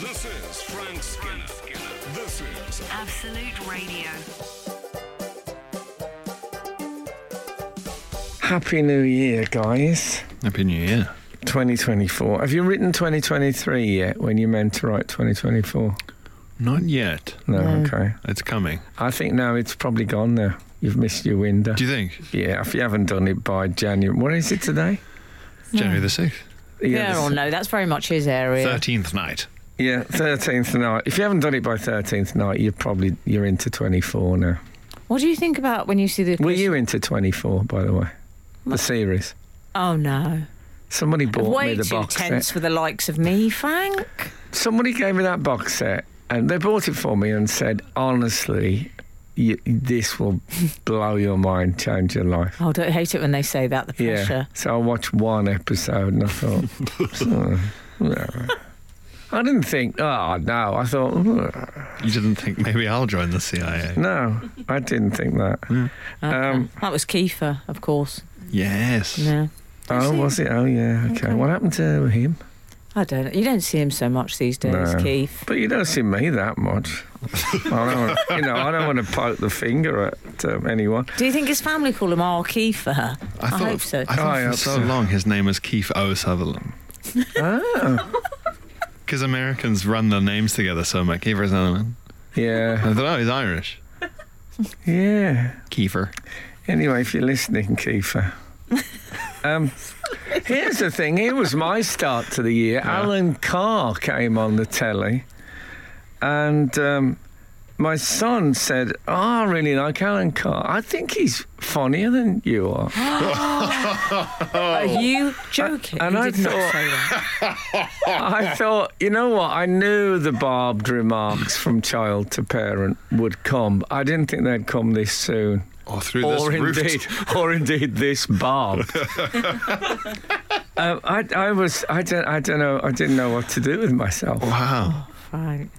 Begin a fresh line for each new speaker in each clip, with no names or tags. This is Frank Skinner. This is
Absolute Radio.
Happy New Year, guys.
Happy New Year.
2024. Have you written 2023 yet when you meant to write 2024?
Not yet.
No, okay.
It's coming.
I think now it's probably gone now. You've missed your window.
Do you think?
yeah, if you haven't done it by January. What is it today?
January the 6th?
the
Yeah, or
s-
no, that's very much his area.
13th night.
yeah, 13th night. If you haven't done it by 13th night, you're probably you're into 24 now.
What do you think about when you see the?
Were you into 24 by the way? The series.
Oh no!
Somebody bought
Way
me the
too
box
tense
set.
for the likes of me, Frank.
Somebody gave me that box set and they bought it for me and said, "Honestly, you, this will blow your mind, change your life."
Oh, don't hate it when they say that. The
Yeah.
pressure.
So I watched one episode and I thought, "Oh, yeah." I didn't think, oh no. I thought, "Oh,
You didn't think maybe I'll join the CIA?
no, I didn't think that. Um,
Uh, that was Kiefer, of course.
Yes.
No,
oh, was it? Oh, yeah. Okay. What happened to him?
I don't. You don't see him so much these days,
No.
Keith.
But you don't see me that much. I don't want, you know, I don't want to poke the finger at um, anyone.
Do you think his family call him R. Kiefer? I,
thought,
hope so.
I thought
I
for
hope
so
so.
long his name was Keith O. Sutherland. Because Americans run their names together so much. Kiefer Sutherland.
Yeah.
I thought, oh, he's Irish.
Yeah.
Kiefer.
Anyway, if you're listening, Kiefer. Um, here's the thing. Here was my start to the year. Alan Carr came on the telly, and um, my son said, "Oh, I really like Alan Carr. I think he's funnier than you are."
Are you joking?
Oh. and
you
I
did not
thought-
say that.
I thought, you know what? I knew the barbed remarks from child to parent would come. I didn't think they'd come this soon,
Or Oh, through this
or
roof.
indeed, or indeed this barb. um, I, I was, I don't, I don't know, I didn't know what to do with myself.
Wow.
Frank.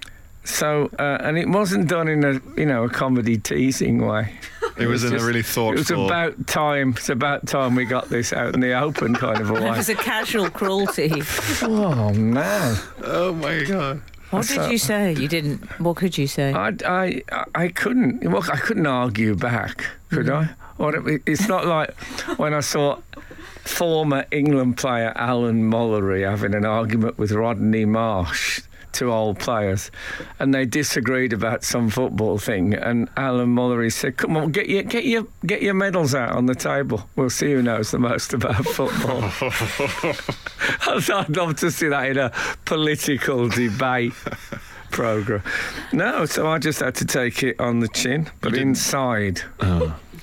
So, uh, and it wasn't done in a, you know, a comedy teasing way.
It was in a
just-
really
It was
thoughtful.
about time. It's about time we got this out in the open, kind of a
It
way.
was a casual cruelty.
Oh man.
oh, my God.
What did you say? You didn't. What could you say?
I, I, I couldn't. Well, I couldn't argue back, could I? Or it- it's not like when I saw former England player Alan Mollery having an argument with Rodney Marsh, two old players, and they disagreed about some football thing. And Alan Mollery said, "Come on, get your get your get your medals out on the table. We'll see who knows the most about football." I'd love to see that in a political debate program. No, so I just had to take it on the chin, but
didn't-
inside.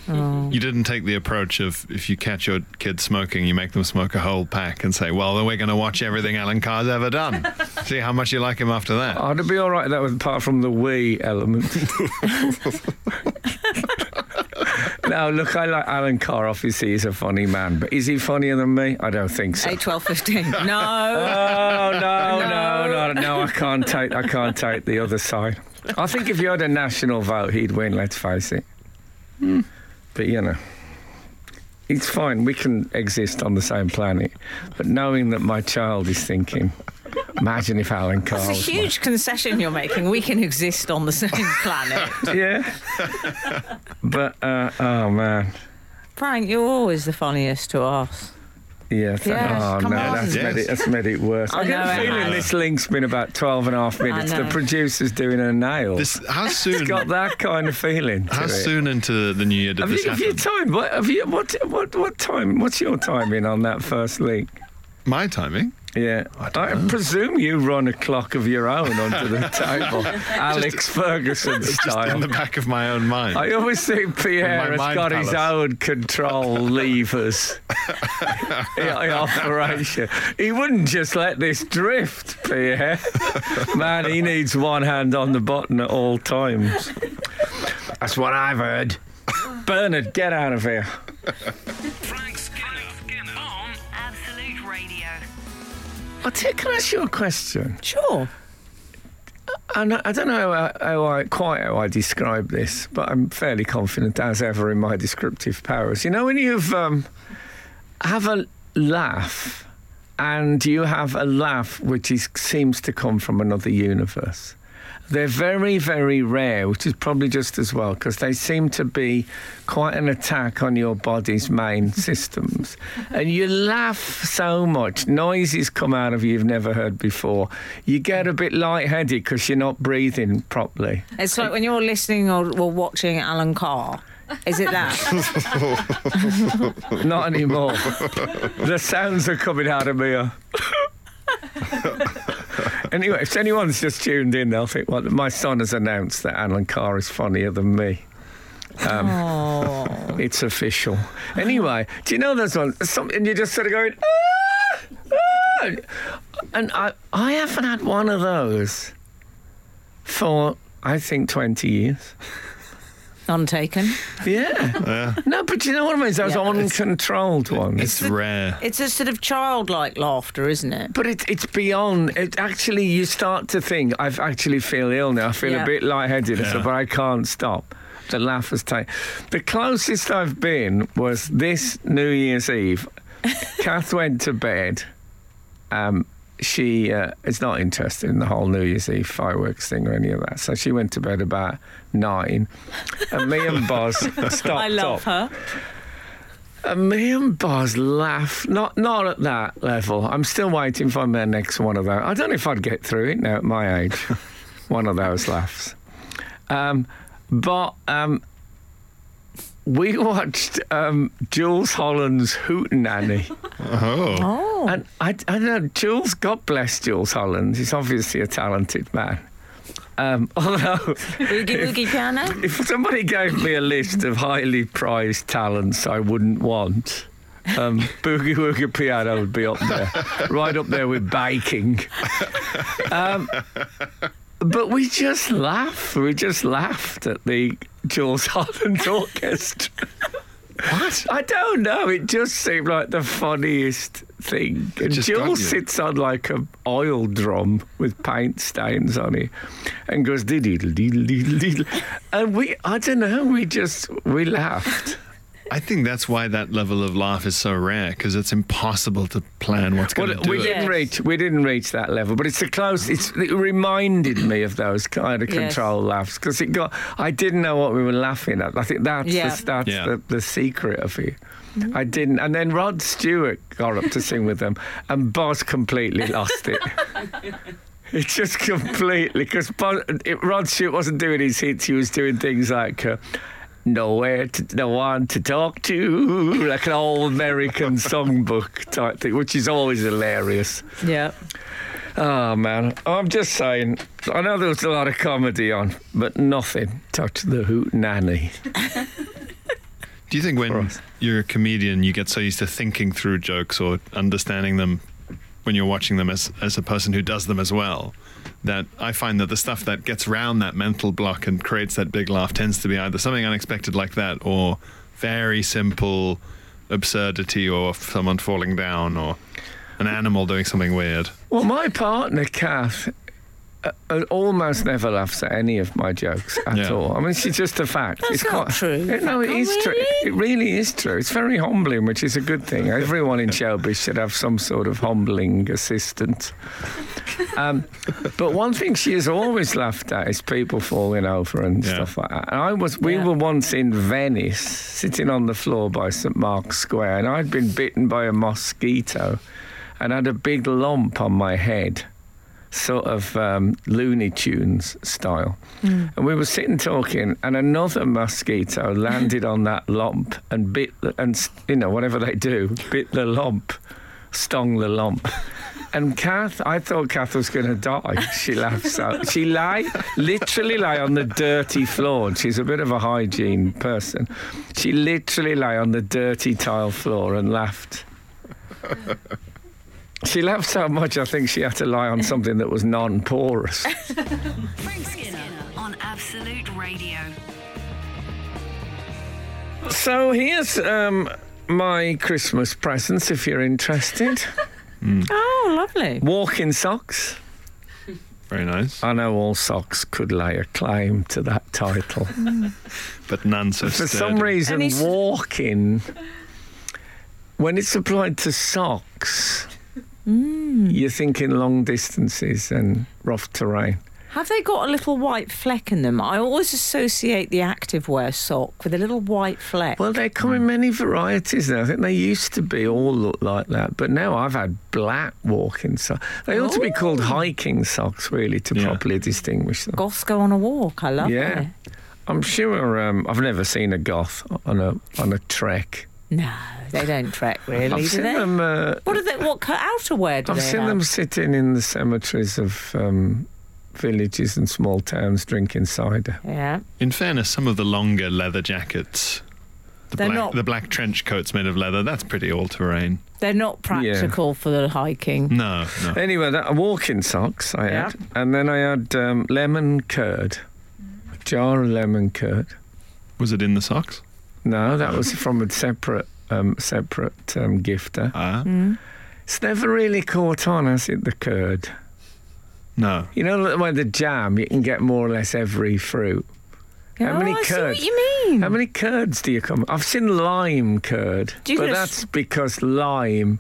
You didn't take the approach of if you catch your kid smoking, you make them smoke a whole pack and say, well, then we're going to watch everything Alan Carr's ever done. See how much you like him after that.
I'd be all right with that with apart from the we element. no, look, I like Alan Carr. Obviously, he's a funny man, but is he funnier than me? I don't think so.
Eight, twelve, fifteen. No.
Oh no, no, no, no! I can't take. I can't take the other side. I think if you had a national vote, he'd win. Let's face it.
Hmm.
But you know, it's fine. We can exist on the same planet. But knowing that my child is thinking, imagine if Alan Carr.
It's a
was my-"
huge concession you're making. We can exist on the same planet.
Yeah. but uh, oh man,
Frank, you're always the funniest to us.
yeah. th-
Yes,
oh
come
no,
on.
that's
Yes.
made it. That's made it worse. I,
I
get
know,
a
it
feeling
has.
this link's been about 12 and a half minutes. The
know.
producer's doing her nails.
This, how soon?
got that kind of feeling. To
How
it.
soon into the new year did
Have
this
you, have you
happen?
time? What have you? What? What? What time? What's your timing on that first link?
My timing.
Yeah, I, presume you run a clock of your own onto the table, Alex Ferguson
It's just in
style.
the back of my own mind.
I always think Pierre has
mind
got his
palace.
own control levers in in operation. He wouldn't just let this drift, Pierre. Man, he needs one hand on the button at all times. That's what I've heard. Bernard, get out of here.
Frank Skinner.
On Absolute Radio.
I tell, can I ask you a question?
Sure.
And I I don't know how, how I, quite how I describe this, but I'm fairly confident, as ever, in my descriptive powers. You know, when you've um, have a laugh and you have a laugh which is, seems to come from another universe. They're very, very rare, which is probably just as well because they seem to be quite an attack on your body's main systems. And you laugh so much, noises come out of you you've never heard before. You get a bit lightheaded because you're not breathing properly.
It's like when you're listening or, or watching Alan Carr. Is it that?
Not anymore. the sounds are coming out of me. uh. anyway, if anyone's just tuned in, they'll think, well, my son has announced that Alan Carr is funnier than me.
oh.
It's official. Anyway, do you know there's one? Something you're just sort of going, ah, ah." and I, I haven't had one of those for, I think, 20 years.
Untaken.
Yeah. No, but you know what I mean? Those
Yeah, but it's-
uncontrolled ones.
It's rare.
It's a sort of childlike laughter, isn't it?
But it, it's beyond. It actually, you start to think, I actually feel ill now. I feel
Yeah.
a bit lightheaded, and
Yeah.
stuff, but I can't stop. The laugh has taken. The closest I've been was this New Year's Eve. Kath went to bed. Um, she uh, is not interested in the whole New Year's Eve fireworks thing or any of that. So she went to bed about nine. And me and Boz stopped
I love
up.
her.
And me and Boz laugh. Not not at that level. I'm still waiting for my next one of those. I don't know if I'd get through it now at my age. one of those laughs. Um, but um, we watched um, Jules Holland's Hootenanny.
Oh.
Oh.
And I, I don't know, Jules, God bless Jules Holland. He's obviously a talented man. Um, although,
Oogie Boogie Piano.
if somebody gave me a list of highly prized talents I wouldn't want, um, Boogie Woogie Piano would be up there, right up there with baking. Um, but we just laughed. We just laughed at the Jules Holland Orchestra. What? I don't know. It just seemed like the funniest thing. And
just got you.
Jules sits on like an oil drum with paint stains on it and goes diddle diddle diddle diddle. And we, I don't know, we just, we laughed.
I think that's why that level of laugh is so rare because it's impossible to plan what's going
Well,
to do
we
it.
didn't
Yes.
reach we didn't reach that level, but it's a close. It's, it reminded me of those kind of
Yes.
control laughs because it got. I didn't know what we were laughing at. I think that's
Yeah.
the, that's
Yeah.
the, the secret of it. I didn't, and then Rod Stewart got up to sing with them, and Boz completely lost it. It just completely because Rod Stewart wasn't doing his hits; he was doing things like uh, "Nowhere to, No One to Talk to," like an old American songbook type thing, which is always hilarious.
Yeah.
Oh man, I'm just saying. I know there was a lot of comedy on, but nothing touched the hoot nanny.
Do you think when you're a comedian, you get so used to thinking through jokes or understanding them when you're watching them as, as a person who does them as well? That I find that the stuff that gets round that mental block and creates that big laugh tends to be either something unexpected like that or very simple absurdity or someone falling down or an animal doing something weird.
Well, my partner Kath uh, uh, almost never laughs at any of my jokes at
Yeah.
all. I mean, she's just a fact. it's
not true.
Yeah, no, it
Oh,
is true.
really?
It really is true. It's very humbling, which is a good thing. Everyone in showbiz should have some sort of humbling assistant. Um, but one thing she has always laughed at is people falling over and
Yeah.
stuff like that. And I was, we
Yeah.
were once in Venice, sitting on the floor by St Mark's Square, and I'd been bitten by a mosquito, and had a big lump on my head sort of um, Looney Tunes style. And we were sitting talking, and another mosquito landed on that lump and bit, the, and s- you know, whatever they do, bit the lump, stung the lump. And Kath, I thought Kath was going to die. She laughs out. She lay, literally lay on the dirty floor. And she's a bit of a hygiene person. She literally lay on the dirty tile floor and laughed. She laughed so much, I think she had to lie on something that was non porous.
Frank Skinner on Absolute Radio.
so here's um, my Christmas presents if you're interested
Oh, lovely.
walking socks.
Very nice.
I know all socks could lay a claim to that title.
But none so
For some
sturdy.
reason,
And it's-
walking, when it's applied to socks, You're thinking long distances and rough terrain.
Have they got a little white fleck in them? I always associate the activewear sock with a little white fleck.
Well, they come in many varieties now. I think they used to be all look like that, but now I've had black walking socks. They ought to be called hiking socks, really, to
Yeah.
properly distinguish them.
Goths go on a walk. I love
yeah,
it.
I'm sure. Um, I've never seen a goth on a on a trek.
No, they don't trek really,
I've
do
seen
they?
them. Uh,
What are they? What co- outerwear do
I've
they
seen
have?
them sitting in the cemeteries of um, villages and small towns drinking cider.
Yeah.
In fairness, some of the longer leather jackets, the
They're
black,
not-
the black trench coats made of leather, that's pretty all terrain.
They're not practical for the hiking.
No, no.
Anyway, that walking socks I
Yeah.
had, and then I had um, lemon curd, a jar of lemon curd.
Was it in the socks?
No, that was from a separate um, separate um, gifter.
Ah,
It's never really caught on, has it? The curd.
no.
You know, like with the jam, you can get more or less every fruit. How
oh,
many
I see
curds?
what you mean.
How many curds do you come? I've seen lime curd,
Do you
but
get a s-
that's because lime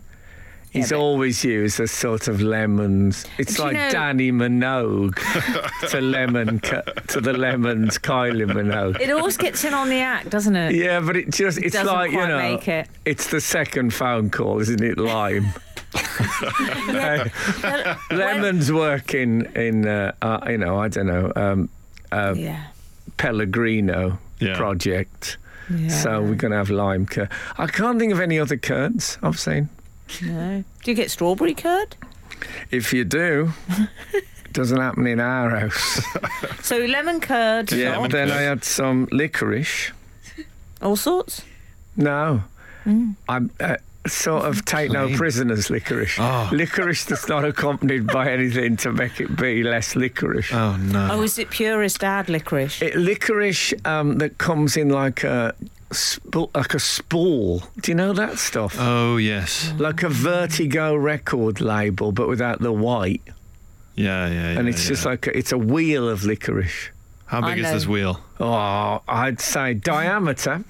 Yeah,
is
but-
always used as sort of lemons. It's
Do you
like
know-
Danny Minogue to lemon cu- to the lemons, Kylie Minogue.
It always gets in on the act, doesn't it?
Yeah, but it just it's
doesn't
like you
quite
know,
make it.
it's the second phone call, isn't it? Lime.
Well,
Lemons work in in uh, uh, you know I don't know um, uh,
yeah.
Pellegrino
Yeah.
project.
yeah.
So we're going to have lime curd. I can't think of any other curds I've seen.
No. Do you get strawberry curd?
If you do, it doesn't happen in our house.
So lemon curd,
Yeah,
yeah.
lemon
Then
curd.
I had some licorice.
all sorts.
No, I'm uh, sort of take no prisoners licorice.
Oh.
Licorice that's not accompanied by anything to make it be less licorice.
Oh, no.
Oh, is it purest dad licorice?
It, licorice um, that comes in like a sp- like a spool. Do you know that stuff?
Oh, yes.
like a Vertigo record label, but without the white.
Yeah, yeah, yeah.
And it's just
yeah.
like a, it's a wheel of licorice.
How
I
big is
know.
this wheel?
Oh, I'd say diameter.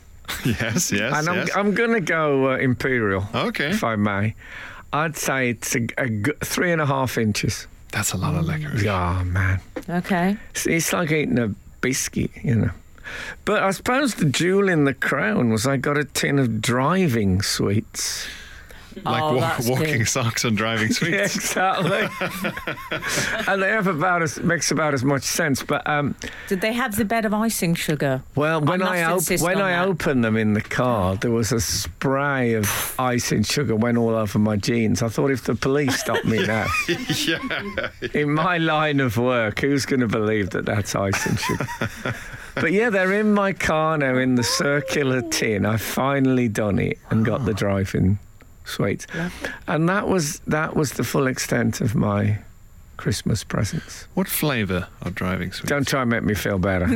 Yes, yes.
and I'm,
yes.
I'm going to go uh, imperial,
okay.
if I may. I'd say it's a, a g- three and a half inches.
That's a lot of licorice.
Oh, man.
Okay.
It's, it's like eating a biscuit, you know. But I suppose the jewel in the crown was I got a tin of driving sweets.
Like
Oh,
wa-
that's
walking
good.
socks and driving sweets.
Yeah, exactly. and they have about as makes about as much sense. But um,
Did they have the bed of icing sugar?
Well, when
must
I, op-
insist
when
on
I
that.
opened them in the car, there was a spray of ice and sugar went all over my jeans. I thought if the police stopped me now, in my line of work, who's going to believe that that's ice and sugar? but yeah, they're in my car now in the circular tin. I finally done it and got the driving sweets, and that was that was the full extent of my Christmas presents.
What flavour of driving sweets?
Don't try and make me feel better.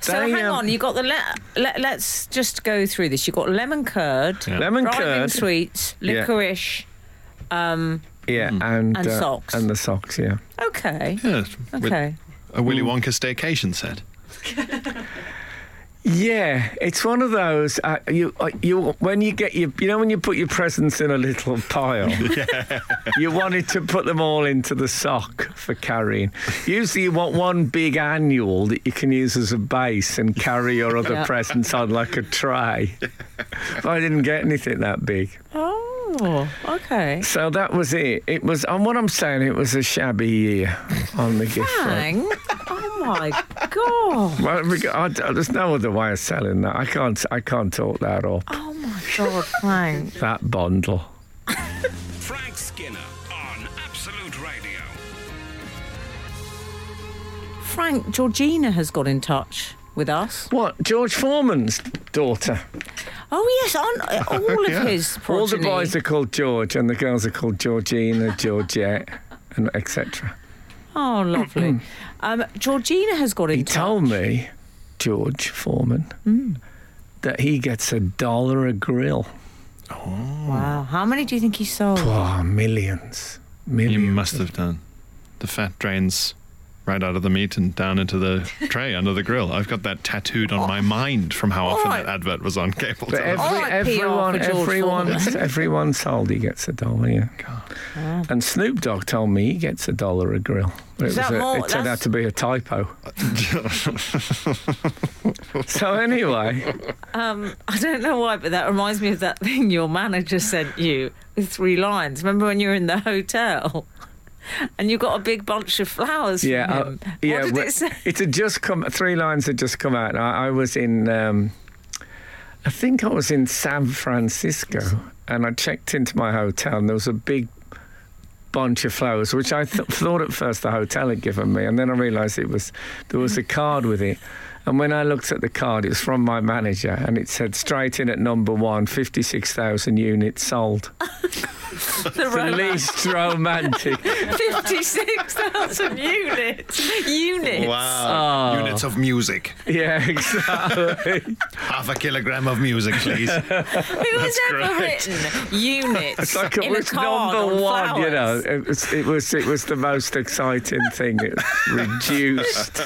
So
They,
hang
um,
on, you got the le- le- let's just go through this. You got lemon curd,
Yeah.
Lemon
driving
curd.
sweets,
Yeah.
licorice. Um,
Yeah, and, uh,
And socks.
And the socks, yeah.
okay,
Yeah, with
okay.
a Willy Wonka staycation set.
Yeah, it's one of those. Uh, you, uh, you, when you get your, you know, when you put your presents in a little pile, you wanted to put them all into the sock for carrying. Usually, you want one big annual that you can use as a base and carry your other
Yeah.
presents on like a tray. but I didn't get anything that big,
Oh, okay.
so that was it. It was, and what I'm saying, it was a shabby year on the gift. front.
Hang. Oh my god.
Well, we got- I, there's no other way of selling that. I can't. I can't talk that up.
Oh my god, Frank.
That bundle.
Frank Skinner on Absolute Radio.
Frank, Georgina has got in touch with us.
What? George Foreman's daughter.
Oh yes, on all of
Yeah.
his
All the
progeny.
boys are called George, and the girls are called Georgina, Georgette, and etc.
Oh, lovely. um, Georgina has got in
He
touch.
told me, George Foreman, that he gets a dollar a grill.
Wow, how many do you think he sold?
Oh, millions.
You
Millions.
must have done. The fat drains right out of the meat and down into the tray under the grill. I've got that tattooed on my mind from how often
Alright.
that advert was on cable
But
television.
every,
Alright, PR
everyone,
for George
everyone, everyone sold he gets a dollar. Yeah. And Snoop Dogg told me he gets a dollar a grill. But
Is
it,
that
was a,
more-
it turned
that's-
out to be a typo. so anyway,
Um, I don't know why, but that reminds me of that thing your manager sent you with three lines. Remember when you were in the hotel and you got a big bunch of flowers?
yeah,
from
uh,
him?
yeah,
What did
we-
it say?
it had just come. Three lines had just come out. And I, I was in, um, I think I was in San Francisco, and I checked into my hotel, and there was a big bunch of flowers, which I th- thought at first the hotel had given me, and then I realised it was there was a card with it. And when I looked at the card, it was from my manager, and it said straight in at number one, 56,000 units sold.
The
The least romantic.
Fifty-six thousand units. Units.
Wow. Units of music.
Yeah, exactly.
Half a kilogram of music, please.
Who has ever
great.
written units
It's like
in
it
a
was
card
number
on
one, you know.
flowers?
It was, it was it was the most exciting thing. It reduced.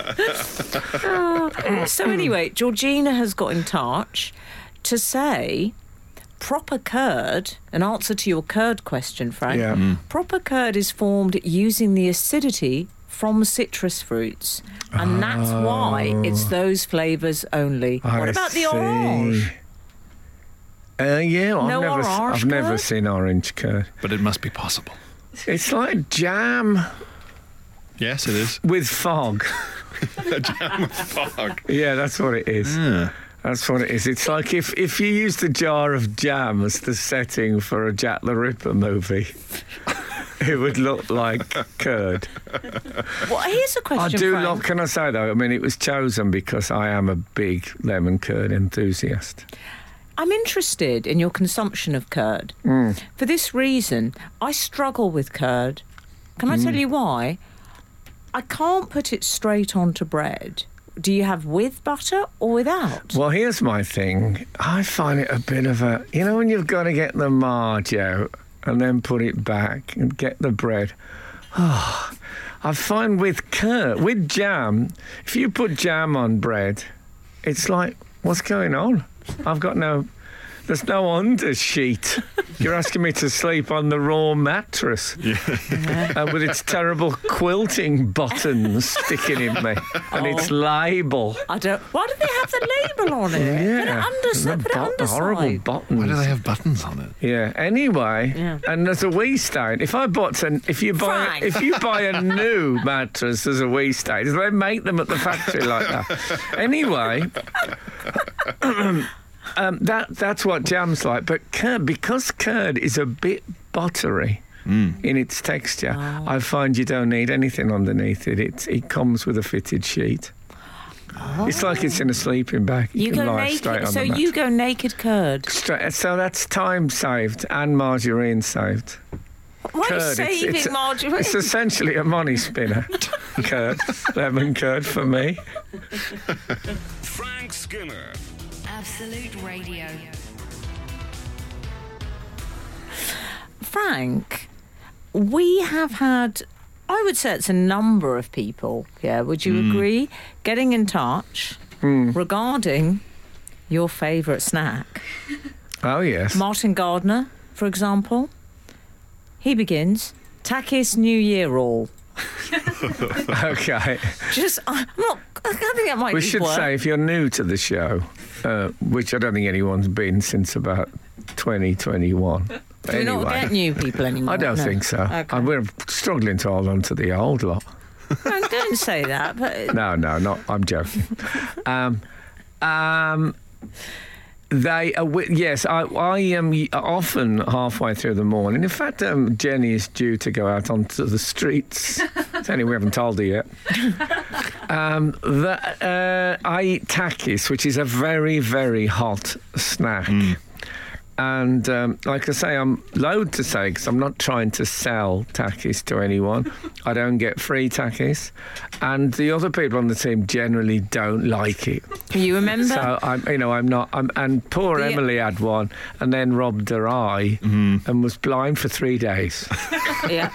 Oh,
Hmm.
so anyway, Georgina has got in touch to say proper curd, an answer to your curd question, Frank.
Yeah.
Proper curd is formed using the acidity from citrus fruits, and that's why it's those flavours only. what
Oh. I
about
see.
the orange?
Uh, yeah, I've
No
never s-
orange
I've never
curd?
seen orange curd.
but it must be possible.
It's like jam
Yes, it is.
with fog.
Fuck.
Yeah, that's what it is. That's what it is. It's like if, if you use the jar of jam as the setting for a Jack the Ripper movie, it would look like curd.
Well, here's a
I
question.
do
Frank.
love, can I say though? I mean, it was chosen because I am a big lemon curd enthusiast.
I'm interested in your consumption of curd.
Mm.
For this reason, I struggle with curd. Can I
Mm.
tell you why? I can't put it straight onto bread. Do you have with butter or without?
Well, here's my thing. I find it a bit of a, you know, when you've got to get the marge out and then put it back and get the bread. Oh, I find with curd, with jam, if you put jam on bread, it's like, what's going on? I've got no, there's no undersheet. You're asking me to sleep on the raw mattress and with its terrible quilting buttons sticking in me and its label.
I don't. Why do they have the label on it? Put it
Yeah,
under.
the
Put it
bot-
underside.
horrible
Why do
buttons.
they have buttons on it?
Yeah. Anyway,
Yeah.
and there's a wee stain. If I bought an, if you buy,
Frank.
if you buy a new mattress, there's a wee stain. Do they make them at the factory like that? Anyway, um, that that's what jam's like. But curd, because curd is a bit buttery. In its texture,
Oh.
I find you don't need anything underneath it. It it comes with a fitted sheet. It's like it's in a sleeping bag. You,
You
can
go
lie straight
naked.
on
So
the mattress.
you go naked curd.
Straight, so that's time saved and margarine saved.
Why are you
Curd, it's-
saving
it's a-
margarine?
It's essentially a money spinner. curd, lemon curd for me.
Frank Skinner.
Absolute Radio.
Frank, we have had, I would say it's a number of people, yeah, would you
Hmm.
agree, getting in touch regarding your favourite snack?
Oh, yes.
Martin Gardner, for example, he begins. Takis New Year Roll.
okay.
Just, I'm not, I think that might
We
be
should
work.
say if you're new to the show, uh, which I don't think anyone's been since about 2021. But
Do we not get
anyway,
new people anymore?
I don't
No.
think so.
Okay.
And we're struggling to hold on to the old lot.
No, don't say that, but
No, no, not. I'm joking. um, um, they are. wi- Yes, I, I am y- often halfway through the morning. In fact, um, Jenny is due to go out onto the streets. It's only we haven't told her yet. Um, that uh, I eat takis, which is a very, very hot snack. and um, like I say, I'm loath to say because I'm not trying to sell Takis to anyone. I don't get free Takis, and the other people on the team generally don't like it.
You remember?
So I'm, you know, I'm not. I'm, and poor
The-
Emily had one, and then robbed her eye
Mm-hmm.
and was blind for three days.
yeah.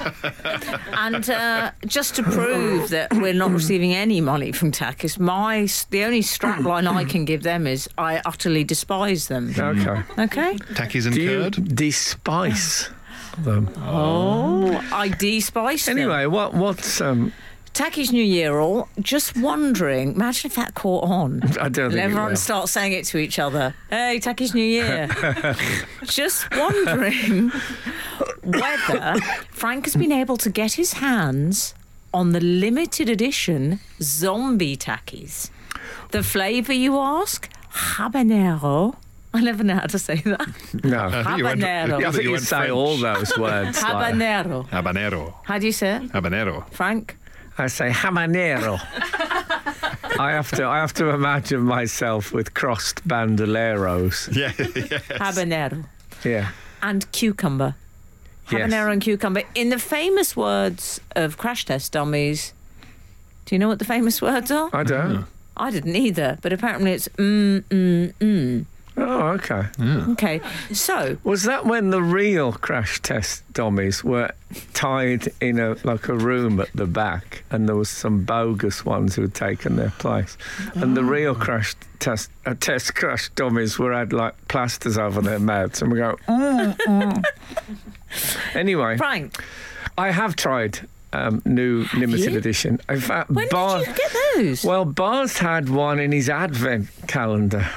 And uh, just to prove that we're not receiving any money from Takis, my the only strap line I can give them is I utterly despise them.
Mm-hmm.
Okay.
Okay.
Tackies and
Do you
curd.
despice them?
Oh, I despise them.
Anyway, what what's um?
Takis New Year all. Just wondering. Imagine if that caught on.
I don't
And
think it
everyone
will.
starts saying it to each other. Hey, Takis New Year. Just wondering whether Frank has been able to get his hands on the limited edition zombie Takis. The flavour you ask? Habanero. I never know how to say that.
No.
Uh, I think you went-
Habanero.
I
Yeah,
think
think you,
went
say
French.
all those words. like-
Habanero.
Habanero.
How do you say it,
Habanero.
Frank?
I say habanero. I have to. I have to imagine myself with crossed bandoleros.
Yeah, yeah.
Habanero.
Yeah.
and cucumber.
Yes.
Habanero and cucumber. In the famous words of Crash Test Dummies, do you know what the famous words are?
I don't.
I didn't either, but apparently it's mm, mm, mm.
Oh, okay.
Okay, so
Was that when the real crash test dummies were tied in a like a room at the back, and there was some bogus ones who had taken their place, and the real crash test uh, test crash dummies were had like plasters over their mouths, and we go. "Mm, mm." anyway,
Frank,
I have tried um, new limited
you?
edition. In fact,
when
Bar-
did you get those?
well, Bars had one in his advent calendar.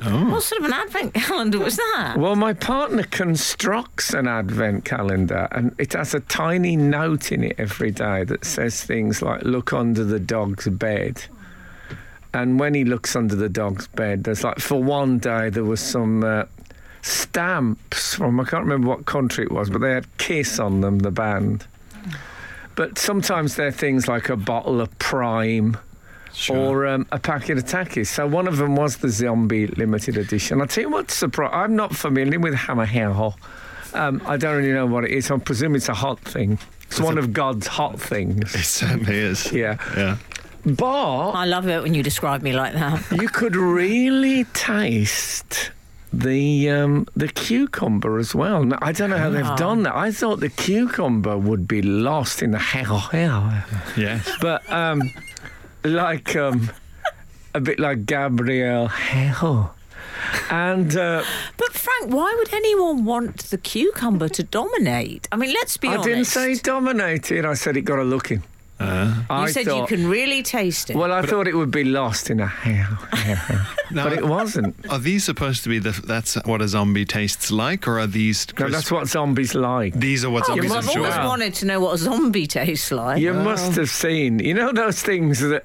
what sort of an advent calendar was that?
Well, my partner constructs an advent calendar and it has a tiny note in it every day that says things like, look under the dog's bed. And when he looks under the dog's bed, there's like, for one day, there was some uh, stamps from, I can't remember what country it was, but they had Kiss on them, the band. But sometimes they're things like a bottle of Prime or um, a packet of takis. So one of them was the zombie limited edition. I tell you what's surprised. I'm not familiar with hamahero. Um, I don't really know what it is. I presume it's a hot thing. It's, one of God's hot things.
It certainly is.
Yeah.
Yeah.
Bar,
I love it when you describe me like that.
you could really taste the um, the cucumber as well. Now, I don't know how they've done that. I thought the cucumber would be lost in the hair.
Yeah.
but um, like um, a bit like Gabrielle Hell. And uh,
But Frank, why would anyone want the cucumber to dominate? I mean, let's be
I
honest. Uh-huh.
didn't say dominated. I said it got a looking.
Uh,
You
I
said
thought,
you can really taste it.
Well, I thought it would be lost in a hell,
now,
but it wasn't.
are these supposed to be the? That's what a zombie tastes like, or are these?
No,
crisp-
that's what zombies like.
These are what
Oh,
zombies
well, I've
enjoy.
always wanted to know what a zombie tastes like.
You must have seen, you know, those things that,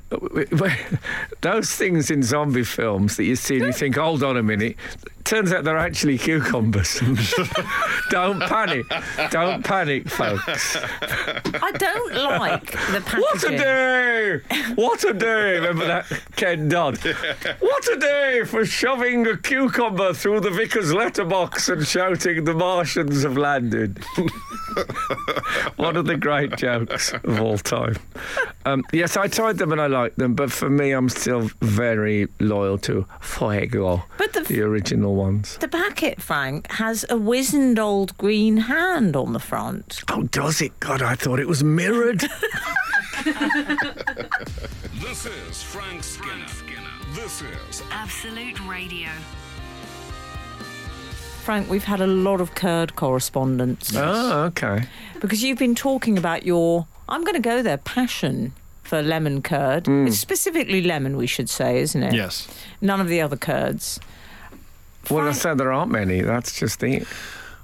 those things in zombie films that you see and you think, hold on a minute. Turns out they're actually cucumbers. don't panic. Don't panic, folks.
I don't like the packaging.
What a day! What a day! Remember that, Ken Dodd? What a day for shoving a cucumber through the vicar's letterbox and shouting, The Martians have landed. One of the great jokes of all time. Um, yes, I tried them and I liked them, but for me, I'm still very loyal to Fuego,
But the-
the original ones.
The packet, Frank, has a wizened old green hand on the front.
Oh, does it? God, I thought it was mirrored.
This is Frank Skinner. This is
Absolute Radio.
Frank, we've had a lot of curd correspondence
oh, okay.
because you've been talking about your, I'm going to go there, passion for lemon curd.
Mm.
It's specifically lemon, we should say, isn't it?
Yes.
None of the other curds.
Well, I
Frank-
said there aren't many. That's just it.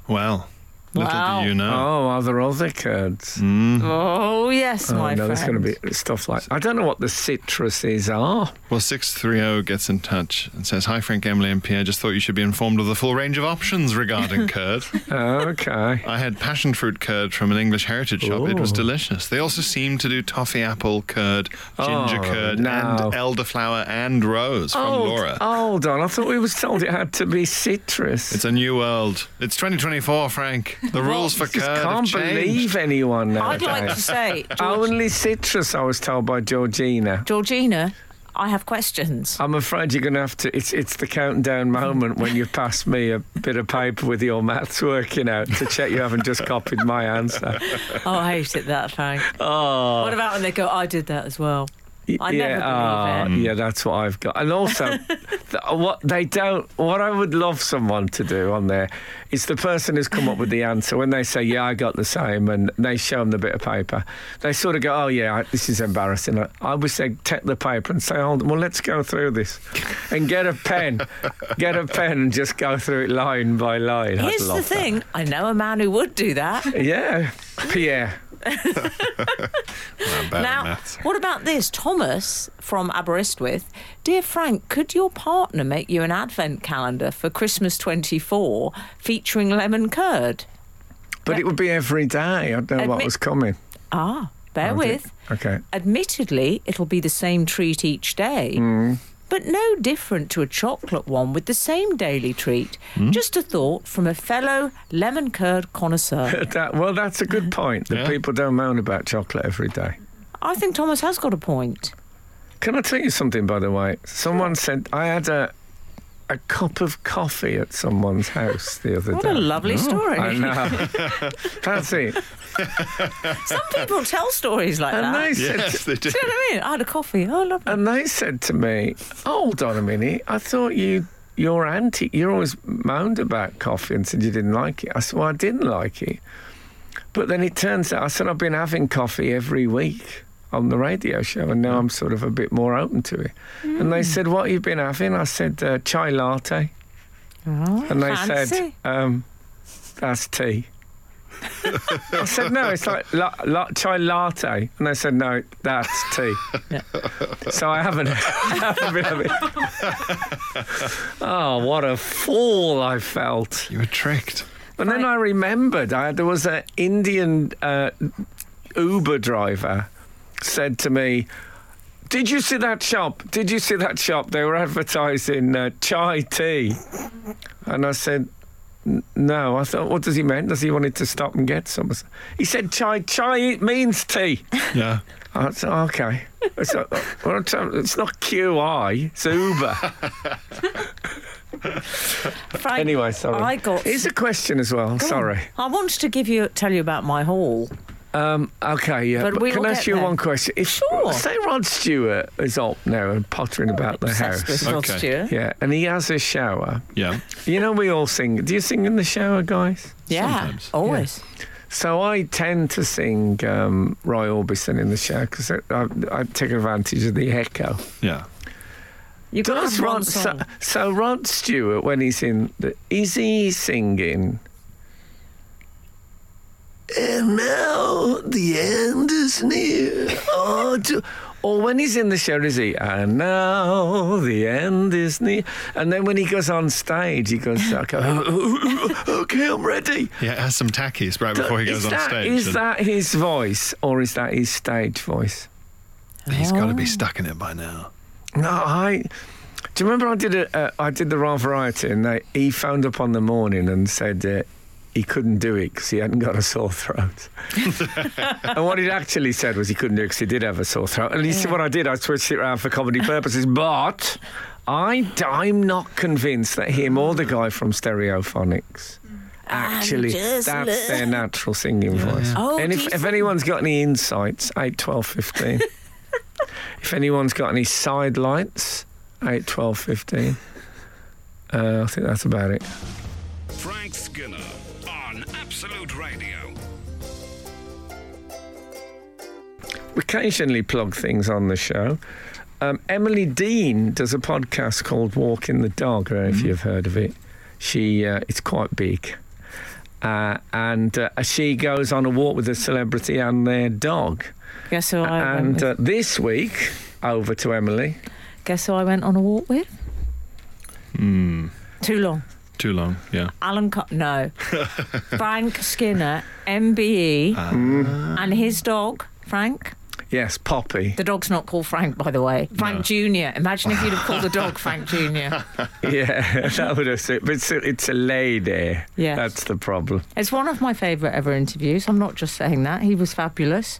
Well, Little
Wow.
do you know.
Oh, are there other curds?
Mm.
Oh yes,
oh,
my
no,
friend.
there's going to be stuff like I don't know what the citruses are.
Well, 630 gets in touch and says, Hi, Frank, Emily, and Pierre. Just thought you should be informed of the full range of options regarding curd.
Okay.
I had passion fruit curd from an English heritage shop. It was
Ooh.
delicious. They also seem to do toffee apple curd, ginger
Oh,
curd,
no.
and elderflower and rose from
Oh,
Laura.
Hold on. I thought we was told it had to be citrus.
It's a new world. It's 2024, Frank. The rules for
I just
curd have
can't
changed.
believe anyone
I'd
nowadays.
like to say, George,
Only citrus, I was told by Georgina.
Georgina, I have questions.
I'm afraid you're going to have to. It's it's the countdown moment when you pass me a bit of paper with your maths working out to check you haven't just copied my answer.
Oh, I hate it that Frank.
Oh,
What about when they go, I did that as well? I never
yeah,
believe
oh, yeah, that's what I've got. And also, th- what they don't, what I would love someone to do on there is the person who's come up with the answer when they say, "Yeah, I got the same," and they show them the bit of paper. They sort of go, "Oh yeah, I- this is embarrassing." I- I would say, take the paper and say, "Hold, on, well, let's go through this," and get a pen, get a pen, and just go through it line by line. I'd
Here's the
love that.
thing I know a man who would do that.
Yeah, Pierre.
I'm bad at
now,
maths.
what about this? Thomas from Aberystwyth. Dear Frank, could your partner make you an advent calendar for Christmas 24 featuring lemon curd?
But it would be every day. I don't know what
Admit-
was coming.
Ah, bear with.
Okay.
Admittedly, it'll be the same treat each day,
Hmm.
but no different to a chocolate one with the same daily treat.
Hmm?
Just a thought from a fellow lemon curd connoisseur.
That, well, that's a good point. That
Yeah.
people don't moan about chocolate every day.
I think Thomas has got a point.
Can I tell you something, by the way? Someone said I had a a cup of coffee at someone's house the other
What
day.
a lovely story.
Oh, I know. That's it.
Some people tell stories like
And
that.
they said,
Yes, they do.
Do you know what I mean? I had a coffee. Oh, lovely.
and they said to me, "Hold on a minute. I thought you." You're anti. You always moaned about coffee and said you didn't like it. I said, "Well, I didn't like it," but then it turns out I said I've been having coffee every week on the radio show, and now I'm sort of a bit more open to it. And they said, "What you've been having?" I said, uh, "Chai latte,"
Oh,
and they
fancy.
said, um, "That's tea." I said, "No, it's like la- la- chai latte," and they said, "No, that's tea."
Yeah.
So I haven't, haven't been having. oh, what a fool I felt!
You were tricked.
And then I remembered I, there was an Indian uh, Uber driver said to me, "Did you see that shop? Did you see that shop? They were advertising uh, chai tea," and I said. "N- No, I thought. What does he mean? Does he wanted to stop and get some? I said- He said chai. Chai it means tea.
Yeah.
I said, okay. It's not, well, I'm trying- it's not QI. It's Uber.
Frank,
anyway, sorry.
I got.
Here's a question as well. sorry.
I wanted to give you tell you about my haul.
Um, okay, yeah.
But we'll
can I
get
ask you
there.
one question? If,
Sure.
Say Rod Stewart is up now and pottering about the
Obsessed
house.
with Rod
Okay.
Stewart.
Yeah, and he has a shower.
Yeah.
You know, we all sing. Do you sing in the shower, guys?
Yeah,
Sometimes.
always.
So I tend to sing um, Roy Orbison in the shower because I, I, I take advantage of the echo.
Yeah.
You got
Does
have one
Rod so,
song.
so Rod Stewart when he's in the, is he singing? And now the end is near. Oh, to, or when he's in the show, is he? And now the end is near. And then when he goes on stage, he goes, okay, okay I'm ready.
Yeah, it has some tackies right before he
is
goes on
that-
stage.
is
and
that his voice or is that his stage voice?
He's got to be stuck in it by now.
No, I. Do you remember I did a, uh, I did the Raw Variety and they, he phoned up on the morning and said uh, he couldn't do it because he hadn't got a sore throat. and what he'd actually said was he couldn't do it because he did have a sore throat. At least what I did, I switched it around for comedy purposes. But I, am not convinced that him or the guy from Stereophonics. Actually,
just
that's their natural singing voice.
Oh,
and
do
if,
you
if anyone's got any insights, 8, 12, 15. If anyone's got any side lights, 8, 12, 15. Uh, I think that's about it.
Frank Skinner on Absolute Radio.
We occasionally plug things on the show. Um, Emily Dean does a podcast
Mm-hmm.
called Walk in the Dog. I don't know if you've heard of it. She, uh, it's quite big. Uh, and uh, she goes on a walk with a celebrity and their dog.
Guess who I went
and
with?
uh, this week, over to Emily.
Guess who I went on a walk with?
Hmm.
Too long.
Too long. Yeah.
Alan, Co- no, Frank Skinner, MBE,
Ah.
Mm.
and his dog Frank.
Yes, Poppy.
The dog's not called Frank, by the way. Frank Junior. Imagine if you'd have called the dog Frank Junior.
yeah, that would have suited. But it's a, it's a lady.
Yes.
That's the problem.
It's one of my favourite ever interviews. I'm not just saying that. He was fabulous.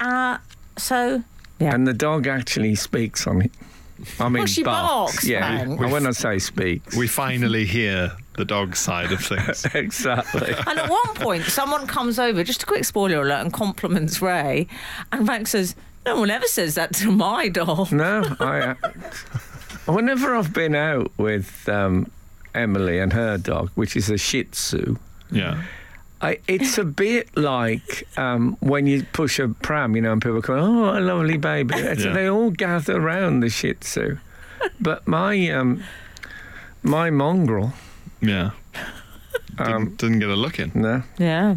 Uh, so yeah,
And the dog actually speaks on it. I mean,
she barks,
Yeah,
Frank.
when I say speaks.
We finally hear the dog side of things.
exactly.
And at one point, someone comes over, just a quick spoiler alert, and compliments Ray. And Frank says, No one ever says that to my doll.
No, I. Uh, whenever I've been out with um, Emily and her dog, which is a Shih Tzu,
Yeah.
I, it's a bit like um, when you push a pram, you know, and people go, "Oh, what a lovely baby." It's-
Yeah.
They all gather round the Shih Tzu, but my um, my mongrel,
Yeah. Didn't,
Um,
didn't get a look in.
no,
Yeah.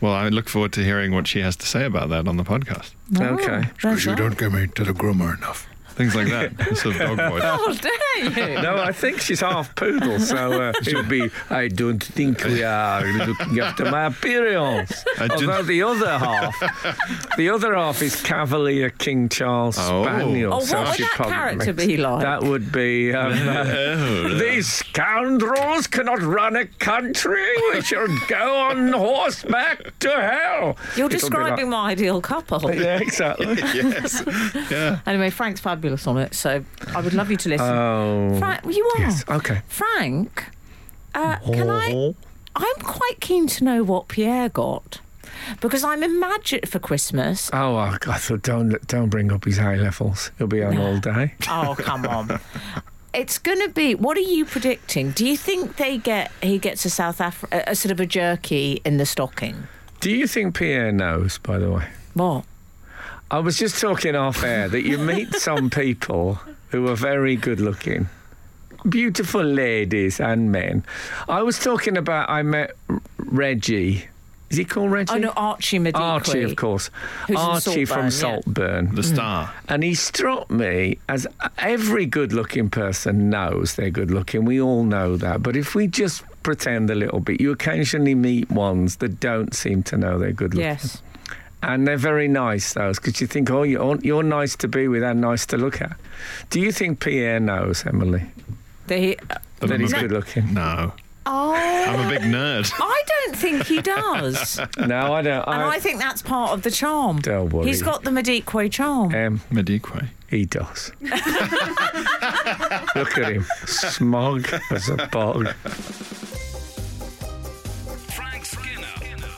Well, I look forward to hearing what she has to say about that on the podcast.
Oh,
okay,
There's
you
that.
don't give me to the groomer enough.
Things like that. sort of dog voice.
How dare you?
no, I think she's half poodle, so uh, it would be. I don't think we are looking after my appearance.
I didn't-
Although the other half, the other half is Cavalier King Charles
Oh.
Spaniel.
Oh,
so
what would
she
that
probably
character
makes-
be like?
That would be.
Oh,
Um, These scoundrels cannot run a country. We shall go on horseback to hell.
You're
It'll be
describing
like-
my ideal couple.
Yeah, exactly.
yes. Yeah.
Anyway, Frank's fabulous on it, so I would love you to listen.
Oh.
Frank, well, you are.
Yes, okay.
Frank, uh, can
Uh-huh.
Uh-huh.
I? I'm quite keen to know what Pierre got because I'm imagine for Christmas.
Oh, I I thought don't don't bring up his high levels. He'll be on all day.
Oh come on! It's going to be. What are you predicting? Do you think they get he gets a South Africa a, a sort of a jerky in the stocking?
Do you think Pierre knows? By the way,
What?
I was just talking off air that you meet some people who are very good looking, beautiful ladies and men. I was talking about I met R- Reggie. Is he called Reggie?
Oh no, Archie Medici.
Archie, of course.
Who's in
Archie from
Saltburn,
Saltburn.
The star.
And he struck me as every good looking person knows they're good looking. We all know that. But if we just pretend a little bit, you occasionally meet ones that don't seem to know they're good looking.
Yes.
And they're very nice, those, because you think, oh, you're, you're nice to be with and nice to look at. Do you think Pierre knows, Emily,
They.
But
that
I'm
he's
a big-
good looking?
No.
Oh.
I'm a big nerd.
I don't think he does, and
No, I don't. I,
I think that's part of the charm.
Don't worry.
He's got the Medici charm.
um,
Medique.
he does. look at him, smug as a bog.
Frank Skinner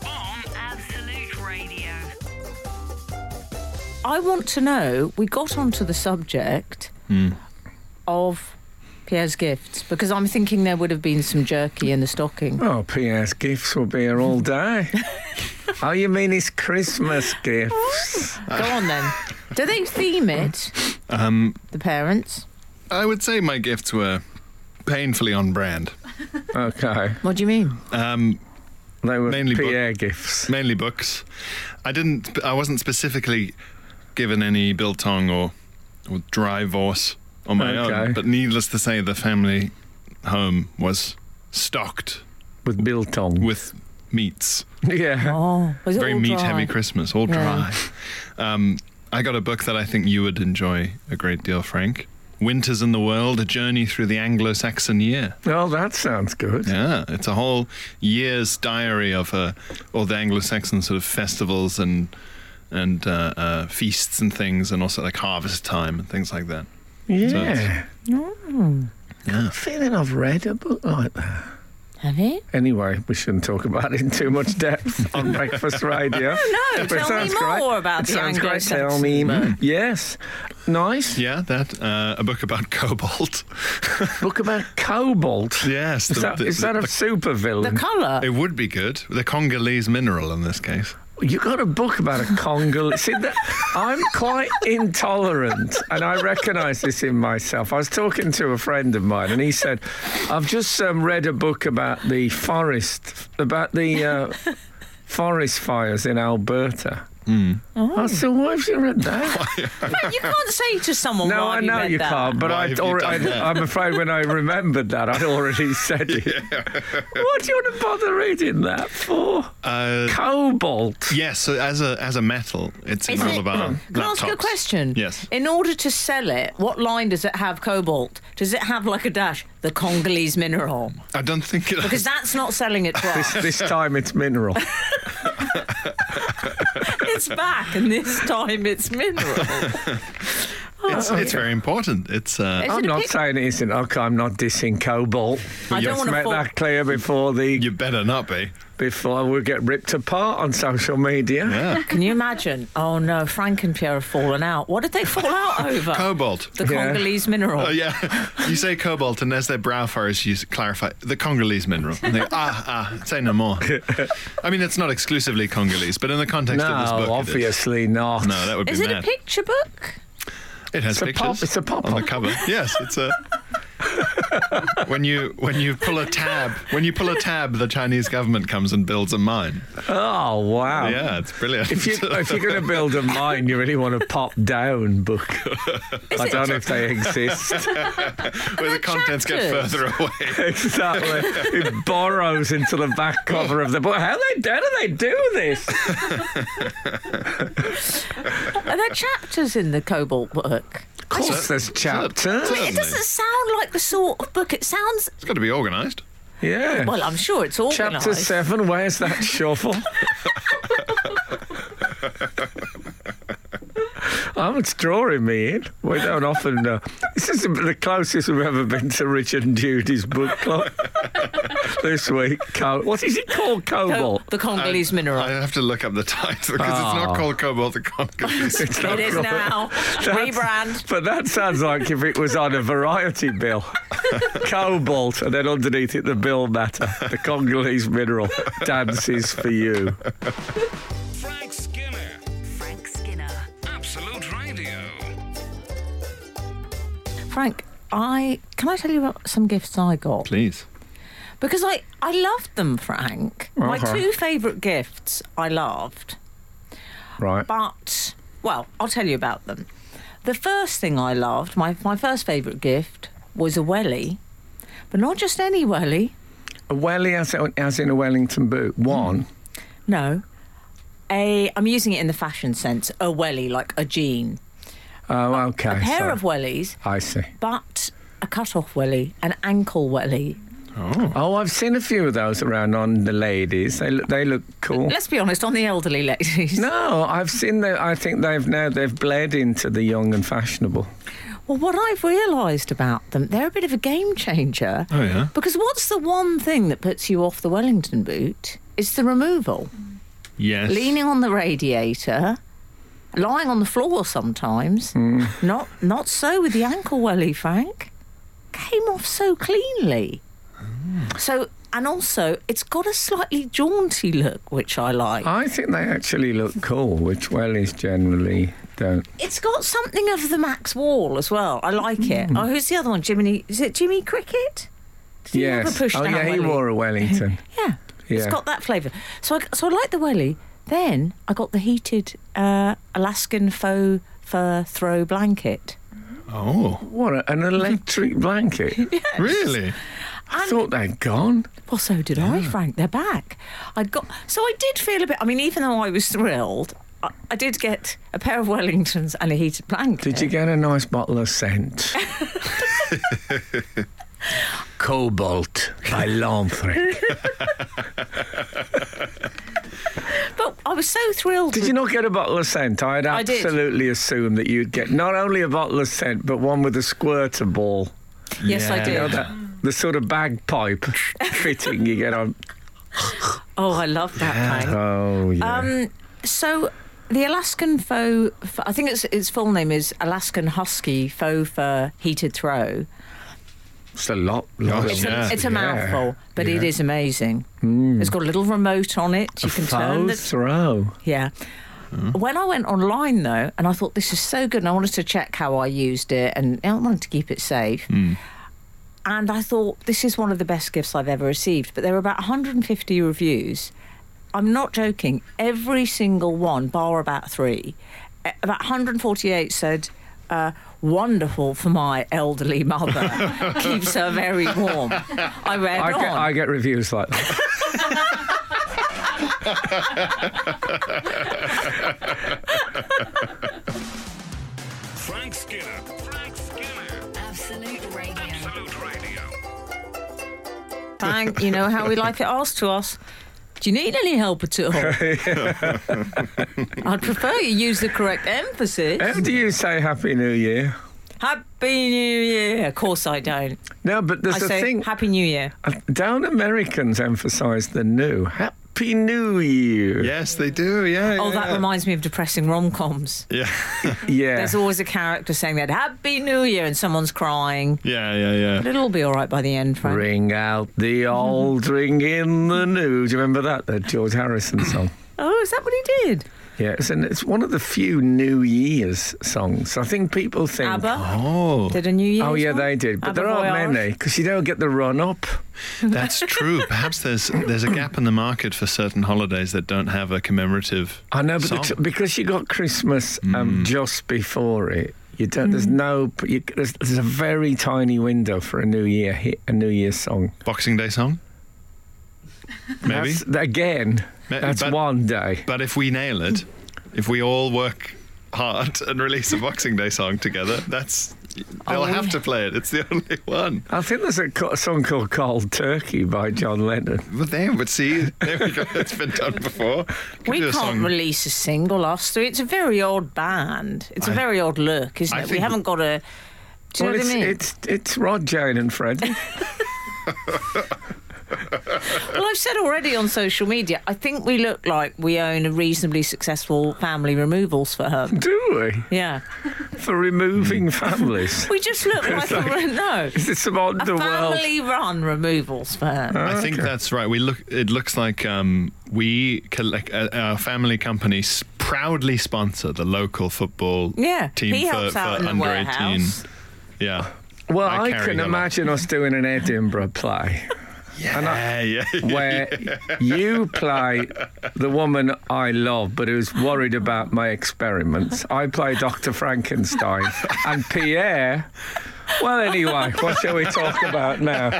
on
Absolute Radio.
I want to know. We got onto the subject
Hmm.
of Pierre's gifts because I'm thinking there would have been some jerky in the stocking.
Oh, P.S. gifts will be here all day. oh, you mean it's Christmas gifts?
Go on then. Do they theme it?
Um,
The parents.
I would say my gifts were painfully on brand.
Okay,
What do you mean?
Um,
they were
Mainly book-
Pierre gifts.
mainly books. I didn't. I wasn't specifically given any biltong or or dry vorse on my
Okay.
own. But needless to say, the family home was stocked
with biltong.
with meats.
yeah.
Oh, was it
Very
all
meat
dry?
heavy Christmas, all
Yeah.
dry. Um, I got a book that I think you would enjoy a great deal, Frank. Winters in the World: A Journey Through the Anglo-Saxon Year.
Oh, that sounds good.
Yeah, it's a whole year's diary of uh, all the Anglo-Saxon sort of festivals and and uh, uh, feasts and things, and also like harvest time and things like that.
Yeah.
Yeah.
Feeling I've read a book like that.
Have you?
Anyway, we shouldn't talk about it in too much depth on Breakfast Radio.
No,
But it
tell me
sounds
more
great.
about
it
the
sounds great.
Anglo-Saxon.
Tell me. Yes. Nice.
Yeah, that uh, a book about cobalt.
Book about cobalt.
yes,
Is
the-
that,
the-
is that a
the-
super
The
villain?
colour.
it would be good. The Congolese mineral in this case.
You got a book about a Congolese. See, that, I'm quite intolerant, and I recognise this in myself. I was talking to a friend of mine, and he said, "I've just um, read a book about the forest, about the uh, forest fires in Alberta."
Hmm.
I said, "Why have you read that?"
But you can't say to someone,
No,
"Why
I
have you
know
read
you
that?"
can't, but
Why
I'd
have you
alre-
done
I'd,
that?
I'm afraid when I remembered that, I'd already said it. Why do you want to bother reading that for?
Uh,
Cobalt.
yes, so as a as a metal, it's in
Is
all
it-
of our
Can I ask you a
laptops.
question?
Yes.
In order to sell it, what line does it have cobalt? Does it have like a dash, the Congolese mineral?
I don't think it.
Because that's not selling it to us.
This time it's mineral.
it's back, and this time it's mineral.
It's, it's very important. It's uh,
Is
I'm
it a
not
pic-
saying it isn't. Okay, I'm not dissing cobalt.
I
Let's
don't want to
make
fall.
that clear before the
you better not be.
before we get ripped apart on social media.
Yeah.
Can you imagine? Oh no, Frank and Pierre have fallen out. What did they fall out over?
Cobalt.
the
Yeah.
Congolese mineral.
Oh yeah, you say cobalt, and as their brow furrows, you clarify the Congolese mineral. And they go, ah ah, say no more. I mean, it's not exclusively Congolese, but in the context
No,
of this book, it is.
obviously not.
No, that would be
Is it
mad.
a picture book?
It
It's
has
a
pictures.
pop- it's a pop-up.
on the cover. Yes, it's a. when you when you pull a tab, when you pull a tab, the Chinese government comes and builds a mine.
oh wow.
yeah, it's brilliant.
If, you, if you're going to build a mine, you really want a pop down book. I don't know if they exist.
Where the contents get
chapters?
further away.
exactly. It burrows into the back cover of the book. How, they, how do they do this?
Are there chapters in the Cobalt book?
Of course, there's chapters.
It doesn't sound like the sort of book. It sounds
It's got to be organised.
Yeah.
well. I'm sure it's organised.
Chapter seven. Where's that shovel? Oh, it's drawing me in. We don't often. Uh, this is the closest we've ever been to Richard and Judy's book club this week. Co- what is it called? Cobalt.
The Congolese mineral.
I have to look up the title because it's
Oh.
not called Cobalt the Congolese.
It's not
it is
called-
now.
That's-
Rebrand.
But that sounds like if it was on a variety bill. Cobalt, and then underneath it, the bill matter. The Congolese mineral dances for you.
Frank Skinner.
Frank Skinner.
Absolute Radio.
Frank, I can I tell you about some gifts I got?
Please.
Because I, I loved them, Frank. My
Uh-huh.
Okay.
two favourite gifts I loved.
Right.
But well, I'll tell you about them. The first thing I loved, my, my first favourite gift was a welly. But not just any welly.
A welly as, as in a Wellington boot. One.
No. A I'm using it in the fashion sense, a welly, like a jean.
Oh, okay.
A pair
sorry.
of wellies,
I see.
but a cut off welly, an ankle welly.
Oh, I've seen a few of those around on the ladies. They look, they look cool.
Let's be honest, on the elderly ladies.
no, I've seen the. I think they've now they've bled into the young and fashionable.
Well, what I've realised about them, they're a bit of a game changer.
Oh, yeah?
Because what's the one thing that puts you off the Wellington boot? It's the removal.
Yes.
Leaning on the radiator, lying on the floor sometimes.
Hmm.
Not not so with the ankle welly, Frank. Came off so cleanly.
Hmm.
So and also it's got a slightly jaunty look, which I like.
I think they actually look cool, which wellies generally don't.
It's got something of the Max Wall as well. I like it.
Hmm.
Oh, who's the other one? Jiminy? Is it Jimmy Cricket? Did he have a
yes.
push
oh,
down
yeah, he
welly?
wore a Wellington.
Yeah. It's
Yeah.
got that flavour. So I, so I like the welly. Then I got the heated uh, Alaskan faux fur throw blanket.
Oh,
what a, an electric blanket!
really?
I thought they'd gone.
Well, so did I, Frank. They're back. I got so I did feel a bit. I mean, even though I was thrilled, I, I did get a pair of Wellingtons and a heated blanket.
Did you get a nice bottle of scent? Cobalt by Lamprey.
But I was so thrilled.
Did you not get a bottle of scent? I'd
I did.
absolutely assumed that you'd get not only a bottle of scent, but one with a squirter ball.
Yes, I
Yeah.
did.
You know, that, the sort of bagpipe fitting you get on.
Oh, I love that, Frank.
Oh, yeah.
Um, so the Alaskan faux, f- I think its its full name is Alaskan Husky Faux Fur Heated Throw.
It's a lot. lot of
Gosh,
It's,
yeah.
a, it's a
Yeah.
mouthful, Mm. but it
Yeah.
is amazing. It's got a little remote on it. You
a
can turn
faux
the
throw.
Yeah.
Hmm?
When I went online though, and I thought this is so good, and I wanted to check how I used it, and I wanted to keep it safe.
Hmm.
And I thought this is one of the best gifts I've ever received. But there were about 150 reviews. I'm not joking. Every single one, bar about three, eh, about 148 said. Uh, wonderful for my elderly mother. Keeps her very warm. I read
I
on.
get, I get reviews like that.
Frank Skinner. Frank Skinner.
Absolute Radio.
Absolute Radio.
Bang, you know how we like it asked to us. Do you need any help at all? I'd prefer you use the correct emphasis.
How do you say Happy New Year?
Happy New Year. Of course I don't.
No, but there's
I
a
say
thing. uh,
Happy New Year.
Down Americans emphasise the new. Happy New Year.
Yes, they do. Yeah.
Oh,
yeah,
that
yeah.
reminds me of depressing rom coms.
Yeah.
Yeah.
There's always a character saying that Happy New Year, and someone's crying.
yeah, yeah, yeah.
But it'll all be all right by the end, Frank.
Ring out the old, ring in the new. Do you remember that? The George Harrison song.
Oh, is that what he did?
Yeah, it's, an, it's one of the few New Year's songs. I think people think.
ABBA
Oh,
did a New Year.
Oh, yeah, they did. But there aren't many because you don't get the run up.
that's true. Perhaps there's there's a gap in the market for certain holidays that don't have a commemorative.
I know, but the
song. Hmm.
t- because you got Christmas um, just before it, you don't. There's
Hmm.
no. You, there's, there's a very tiny window for a New Year hit, a New Year song.
Boxing Day song. Maybe.
That's, again,
Ma-
that's
but-
one day.
But if we nail it, if we all work hard and release a Boxing Day song together, that's
Oh,
they'll have to play it. It's the only one.
I think there's a co- song called "Cold Turkey" by John Lennon.
But there, but see, there we go. It's been done before. Could
We
do a
can't
song.
release a single, us three. It's a very odd band. It's a
I-
very odd look, isn't
I
it? We
think-
haven't got a. Do you
well,
know
it's,
what I mean?
it's it's Rod, Jane, and Freddie.
Well, I've said already on social media, I think we look like we own a reasonably successful family removals for her.
Do
Yeah.
we for
Hmm.
removing families?
We just look like a, no,
Is this some
a
underworld?
family run removals for her.
I think that's right. We look. It looks like um, we collect uh, our family company s- proudly sponsor the local football
Yeah.
team
he
for,
helps
for
out in the
under eighteen.
warehouse.
Yeah.
Well,
I
I,
carry
can
them.
imagine us doing an Edinburgh play
Yeah, yeah,
where you play the woman I love but who's worried about my experiments. I play Dr. Frankenstein and Pierre. Well, anyway, what shall we talk about now?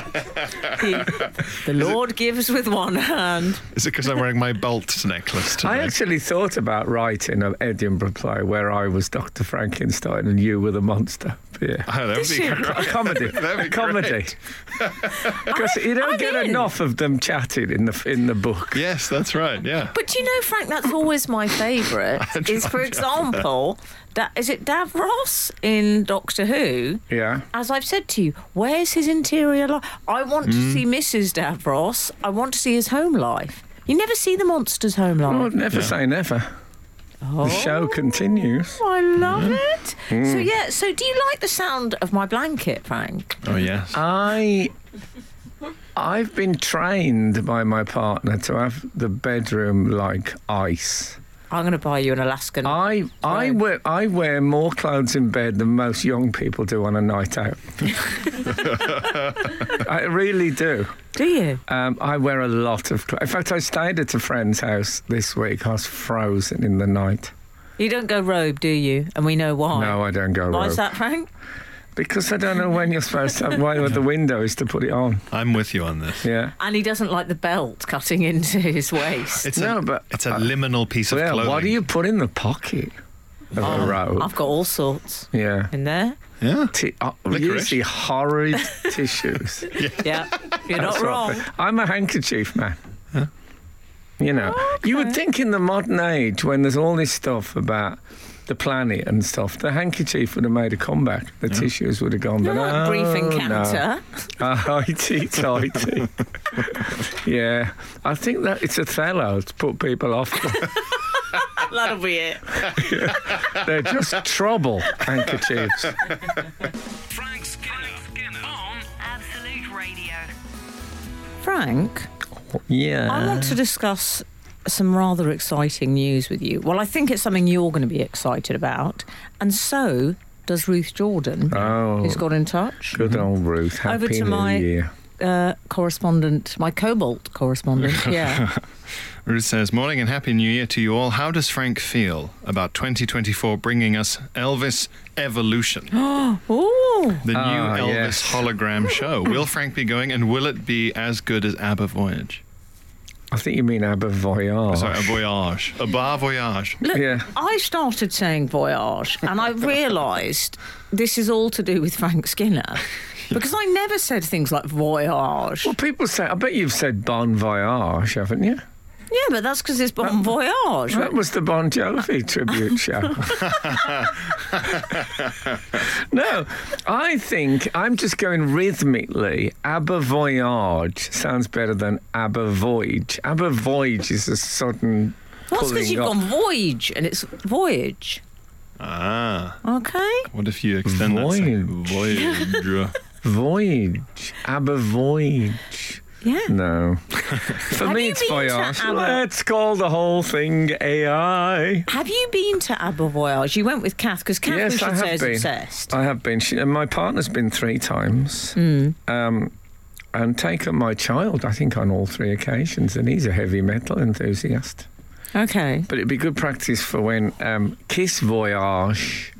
He- the Lord gives with one hand.
Is it because I'm wearing my belt necklace today?
I actually thought about writing an Edinburgh play where I was Dr. Frankenstein and you were the monster, Pierre.
Oh, that would
This
be
year-
great.
A comedy, a comedy. Because you don't
I'm
get
in.
enough of them chatting in the in the book.
Yes, that's right. Yeah.
But do you know, Frank, that's always my favourite. is, for example, that is it Dav Ross in Doctor Who?
Yeah.
as I've said to you, where's his interior life? I want
Hmm.
to see Mrs. Davros. I want to see his home life. You never see the monster's home
Oh,
life.
I'd never say never.
Oh,
The show continues.
I love
Hmm.
it. So yeah. So do you like the sound of my blanket, Frank?
Oh yes.
I I've been trained by my partner to have the bedroom like ice.
I'm going to buy you an Alaskan.
I I
Right.
wear I wear more clothes in bed than most young people do on a night out. I really do.
do you?
Um, I wear a lot of clothes. In fact, I stayed at a friend's house this week. I was frozen in the night.
You don't go robe, do you? And we know why.
No, I don't go
Why is
rogue.
that, Frank?
Because I don't know when you're supposed to. Why the window is to put it on?
I'm with you on this.
Yeah.
And he doesn't like the belt cutting into his waist.
It's
No,
a,
but-
it's a liminal piece of
yeah,
clothing.
what do you put in the pocket of a robe?
I've got all sorts
yeah.
in there.
Yeah.
T- uh,
Licorice.
usually horrid tissues.
Yeah, you're
That's
not
what
wrong.
I think. I'm a handkerchief man. You know, you would think in the modern age when there's all this stuff about the planet and stuff, the handkerchief would have made a comeback. The tissues would have gone.
You're
but
not a brief
oh, no.
encounter.
Oh, tighty, tighty. yeah, I think that it's Othello to put people off.
That'll be it.
They're just trouble handkerchiefs.
Frank Skinner. Oh, Frank Skinner. On
Absolute
Frank,
Yeah.
I want to discuss some rather exciting news with you. Well, I think it's something you're going to be excited about, and so does Ruth Jordan,
Oh.
who's got in touch.
Good old Ruth. Happy
Over to
New
my-
Year.
Uh, correspondent, my Cobalt correspondent, yeah.
Ruth says, Morning and Happy New Year to you all. How does Frank feel about 2024 bringing us Elvis Evolution, the
Ooh,
new
Ah,
Elvis
yes.
hologram show? Will Frank be going and will it be as good as ABBA Voyage?
I think you mean ABBA Voyage.
Sorry, a voyage. A bar voyage.
Look,
Yeah.
I started saying voyage and I realised this is all to do with Frank Skinner because I never said things like voyage.
Well, people say, I bet you've said Bon Voyage, haven't you?
Yeah, but that's because it's bon voyage.
That was the Bon Jovi tribute show. no, I think I'm just going rhythmically. Abba Voyage sounds better than Abba Voyage. Abba Voyage is a sudden.
What's
pulling
because you've
off.
gone voyage and it's voyage.
Ah,
Okay.
what if you extend that? Sentence? Voyage.
Voyage. Abba Voyage.
Yeah.
No. For
Have
me,
you
it's
been to
Voyage.
ABBA?
Let's call the whole thing AI.
Have you been to Abba Voyage? You went with Kath because Kath,
Yes,
we should
I have
say, is
been.
obsessed.
I have been. She, and my partner's been three times.
Hmm.
Um, and taken my child, I think, on all three occasions. And he's a heavy metal enthusiast.
Okay.
But it'd be good practice for when um, Kiss Voyage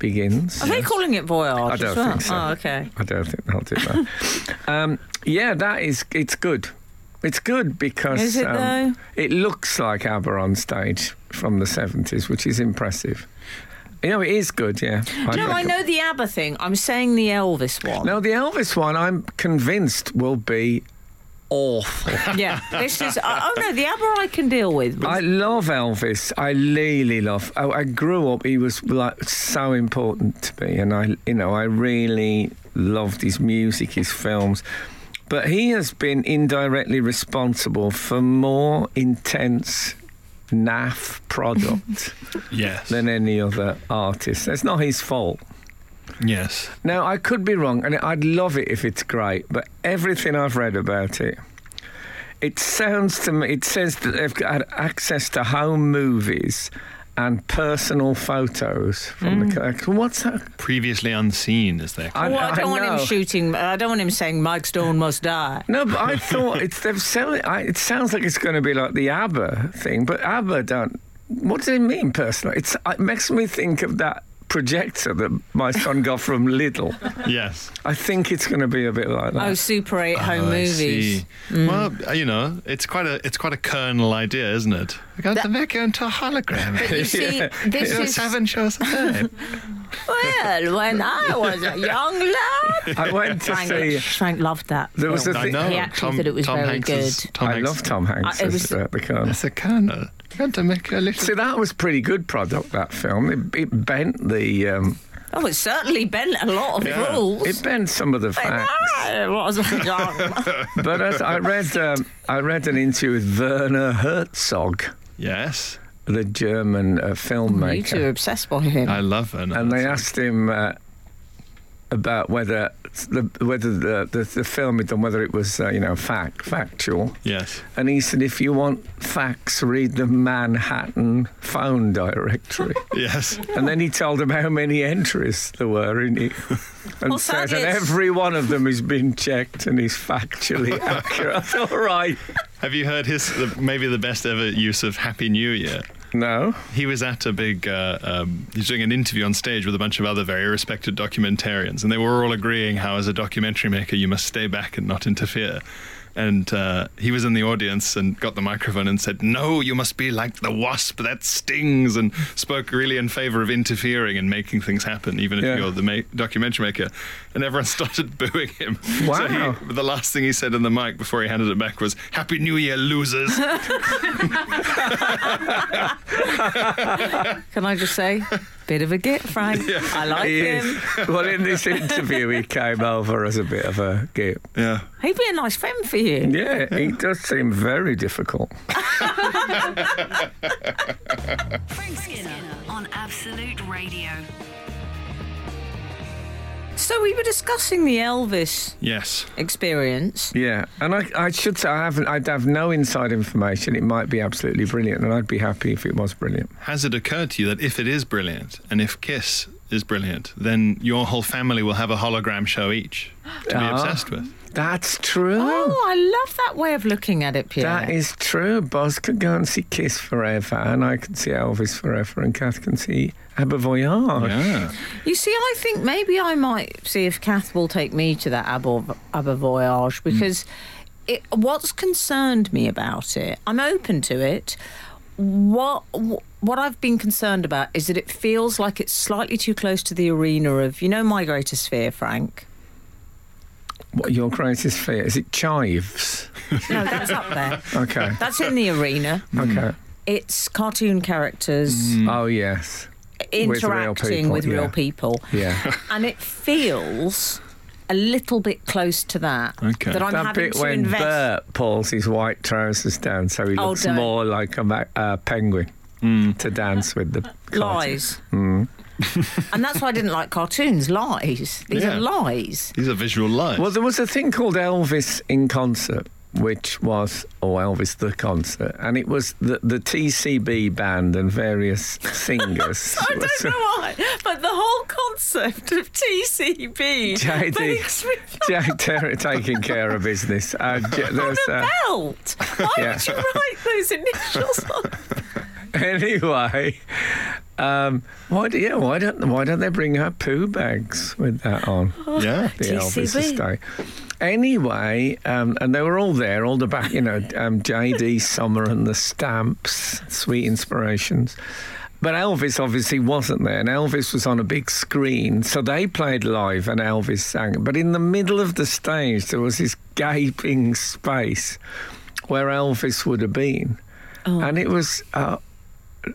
begins.
Are they calling it voyage
I don't
as well?
think so.
Oh, okay.
I don't think they'll do that. um, yeah, that is. It's good. It's good because um,
Is it, though?
it looks like ABBA on stage from the seventies, which is impressive. You know, it is good. Yeah. I
No,
like
I
it.
know the ABBA thing. I'm saying the Elvis one.
Now, the Elvis one, I'm convinced will be awful.
Yeah, this is. oh no, the ABBA I can deal with.
I love Elvis. I really love. oh, I, I grew up. He was like so important to me, and I, you know, I really loved his music, his films. But he has been indirectly responsible for more intense naff product
Yes.
than any other artist. That's not his fault.
Yes.
Now, I could be wrong, and I'd love it if it's great, but everything I've read about it, it sounds to me, it says that they've had access to home movies and personal photos from the collection. What's that?
Previously unseen is there.
Oh, Mm. I don't want him shooting. I don't want him saying Mike Stone must die.
No, but I thought it's they've selling. I, it sounds like it's going to be like the ABBA thing, but ABBA don't. What does it mean, personal? It's, it makes me think of that projector that my son got from Lidl.
Yes.
I think it's going to be a bit like that.
Oh, Super Eight home
Oh, I
movies. Mm.
see. Well, uh, you know, it's quite a it's quite a kernel idea, isn't it? We got to make you into a hologram.
You see, this
It's
is
seven shows a day.
well. When I was a young lad,
I went to
Frank,
see.
Frank loved that.
There was
film.
a
I
thi-
know.
He actually
Tom,
said it was
Tom
very
Hanks Is,
good.
Tom
I
Hanks
love Tom Hanks
I- it
as
was-
uh, the colonel.
It's a kernel. We got to make you a little.
So that was pretty good product. That film it, it bent the um,
Oh, it certainly bent a lot of
Yeah.
rules.
it bent some of the facts.
I was a young.
But as I read um, I read an interview with Werner Herzog,
Yes,
the German
Oh,
uh,
You two are
filmmaker,
obsessed by him.
I love her.
and they asked him uh, about whether the whether the, the the film had done whether it was uh, you know fact factual.
Yes.
And he said, if you want facts, read the Manhattan phone directory.
Yes.
And then he told them how many entries there were in it. And
Well,
said,
sadly,
and
it's-
every one of them has been checked and is factually accurate. All right.
Have you heard his the, maybe the best ever use of Happy New Year?
No.
He was at a big. Uh, um, he's doing an interview on stage with a bunch of other very respected documentarians, and they were all agreeing how, as a documentary maker, you must stay back and not interfere. And uh, he was in the audience and got the microphone and said, "No, you must be like the wasp that stings," and spoke really in favor of interfering and making things happen, even if
Yeah.
you're the ma- documentary maker. And everyone started booing him. So
Wow.
he, the last thing he said in the mic before he handed it back was, "Happy New Year, losers."
Can I just say, bit of a git, Frank. I like
He
him.
is. Well, in this interview, he came over as a bit of a git.
yeah.
He'd be a nice friend for you.
Yeah, he does seem very difficult.
Frank Skinner on Absolute Radio.
So we were discussing the Elvis
Yes.
experience.
Yeah, and I, I should say I haven't. I'd have no inside information. It might be absolutely brilliant, and I'd be happy if it was brilliant.
Has it occurred to you that if it is brilliant and if Kiss is brilliant, then your whole family will have a hologram show each to be
Ah.
obsessed with?
That's true.
Oh, I love that way of looking at it, Pierre.
That is true. Boz could go and see Kiss forever, and I could see Elvis forever, and Kath can see Abba Voyage.
Yeah.
You see, I think maybe I might see if Kath will take me to that Abba, Abba Voyage because it, what's concerned me about it, I'm open to it. What wh- what I've been concerned about is that it feels like it's slightly too close to the arena of you know my greatest fear, Frank.
What your greatest fear? Is it chives?
No, that's up there.
Okay,
That's in the arena.
okay.
It's cartoon characters
Oh yes, real
interacting
people,
with real
yeah.
people.
yeah.
and it feels a little bit close to that.
Okay.
That I'm
that
having
bit
to
when
invest.
Bert pulls his white trousers down so he
Oh,
looks
don't.
more like a ma- uh, penguin to dance with the cartoon.
lies.
Mm.
and that's why I didn't like cartoons. Lies. These
Yeah.
are lies.
These are visual lies.
Well, there was a thing called Elvis in concert, which was oh Elvis the concert, and it was the the TCB band and various singers.
I don't know why, but the whole concept of TCB
JD.
makes me
Jack Terry taking care of business. Uh, J-
on
there's,
a
uh,
belt. Why
yeah.
would you write those initials on?
anyway, um, why do yeah, why don't why don't they bring her poo bags with that on?
yeah.
the Elvis
TCB.
estate. Anyway, um, and they were all there, all the back, you know, um, JD Summer and the Stamps, sweet inspirations. But Elvis obviously wasn't there, and Elvis was on a big screen, so they played live and Elvis sang. But in the middle of the stage, there was this gaping space where Elvis would have been,
Oh.
and it was uh,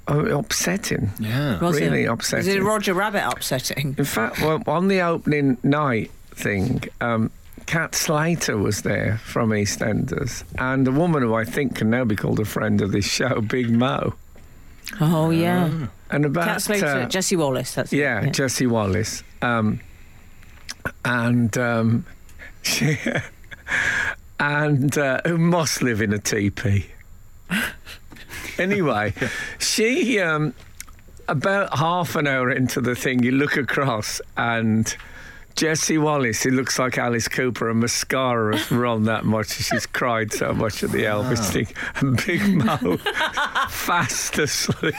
upsetting.
Yeah.
Was
Really
it?
upsetting.
Is it Roger Rabbit upsetting?
In fact, well, on the opening night thing, um, Kat Slater was there from EastEnders, and a woman who I think can now be called a friend of this show, Big Mo.
Oh yeah.
And about
Cat Slater,
uh,
Jesse Wallace. That's it,
yeah, Jesse Wallace. Um, and um, she, and uh, who must live in a teepee. anyway, she um, about half an hour into the thing, you look across and. Jesse Wallace, who looks like Alice Cooper, and mascara has run that much. She's cried so much at the
Oh.
Elvis thing. And Big Mo, fast asleep.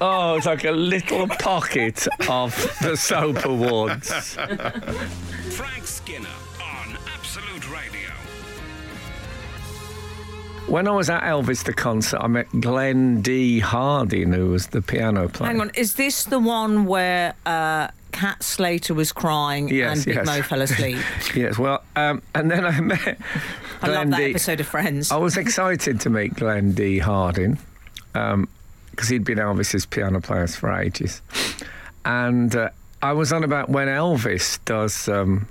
Oh, it's like a little pocket of the soap awards.
Frank Skinner on Absolute Radio.
When I was at Elvis the concert, I met Glenn D. Harding, who was the piano player.
Hang on, is this the one where uh, Cat Slater was crying
Yes,
and Big
yes.
Mo fell asleep?
Yes, well, um, and then I met
I
Glenn
love that
D.
episode of Friends.
I was excited to meet Glenn D. Harding because he'd been Elvis's piano player for ages, and uh, I was on about when Elvis does. Um,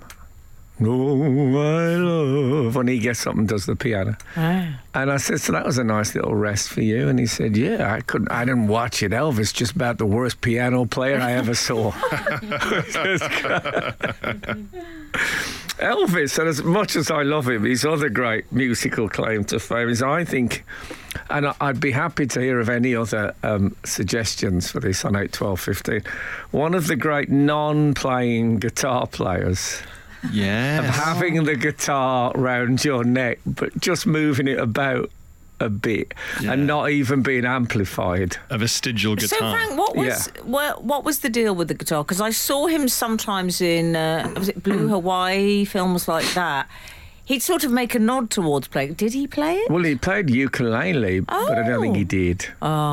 Oh, my love. When he gets up and does the piano. And I said, So that was a nice little rest for you. And he said, Yeah, I couldn't, I didn't watch it. Elvis, just about the worst piano player I ever saw. Elvis, and as much as I love him, his other great musical claim to fame is I think, and I- I'd be happy to hear of any other um, suggestions for this on 8, 12, 15. One of the great non playing guitar players,
Yes.
having the guitar round your neck, but just moving it about a bit and not even being amplified.
A vestigial
so
guitar.
Frank, what was
Yeah.
what, what was the deal with the guitar? Because I saw him sometimes in uh, was it Blue Hawaii films like that. He'd sort of make a nod towards playing. Did he play it?
Well, he played ukulele, but I don't think he did.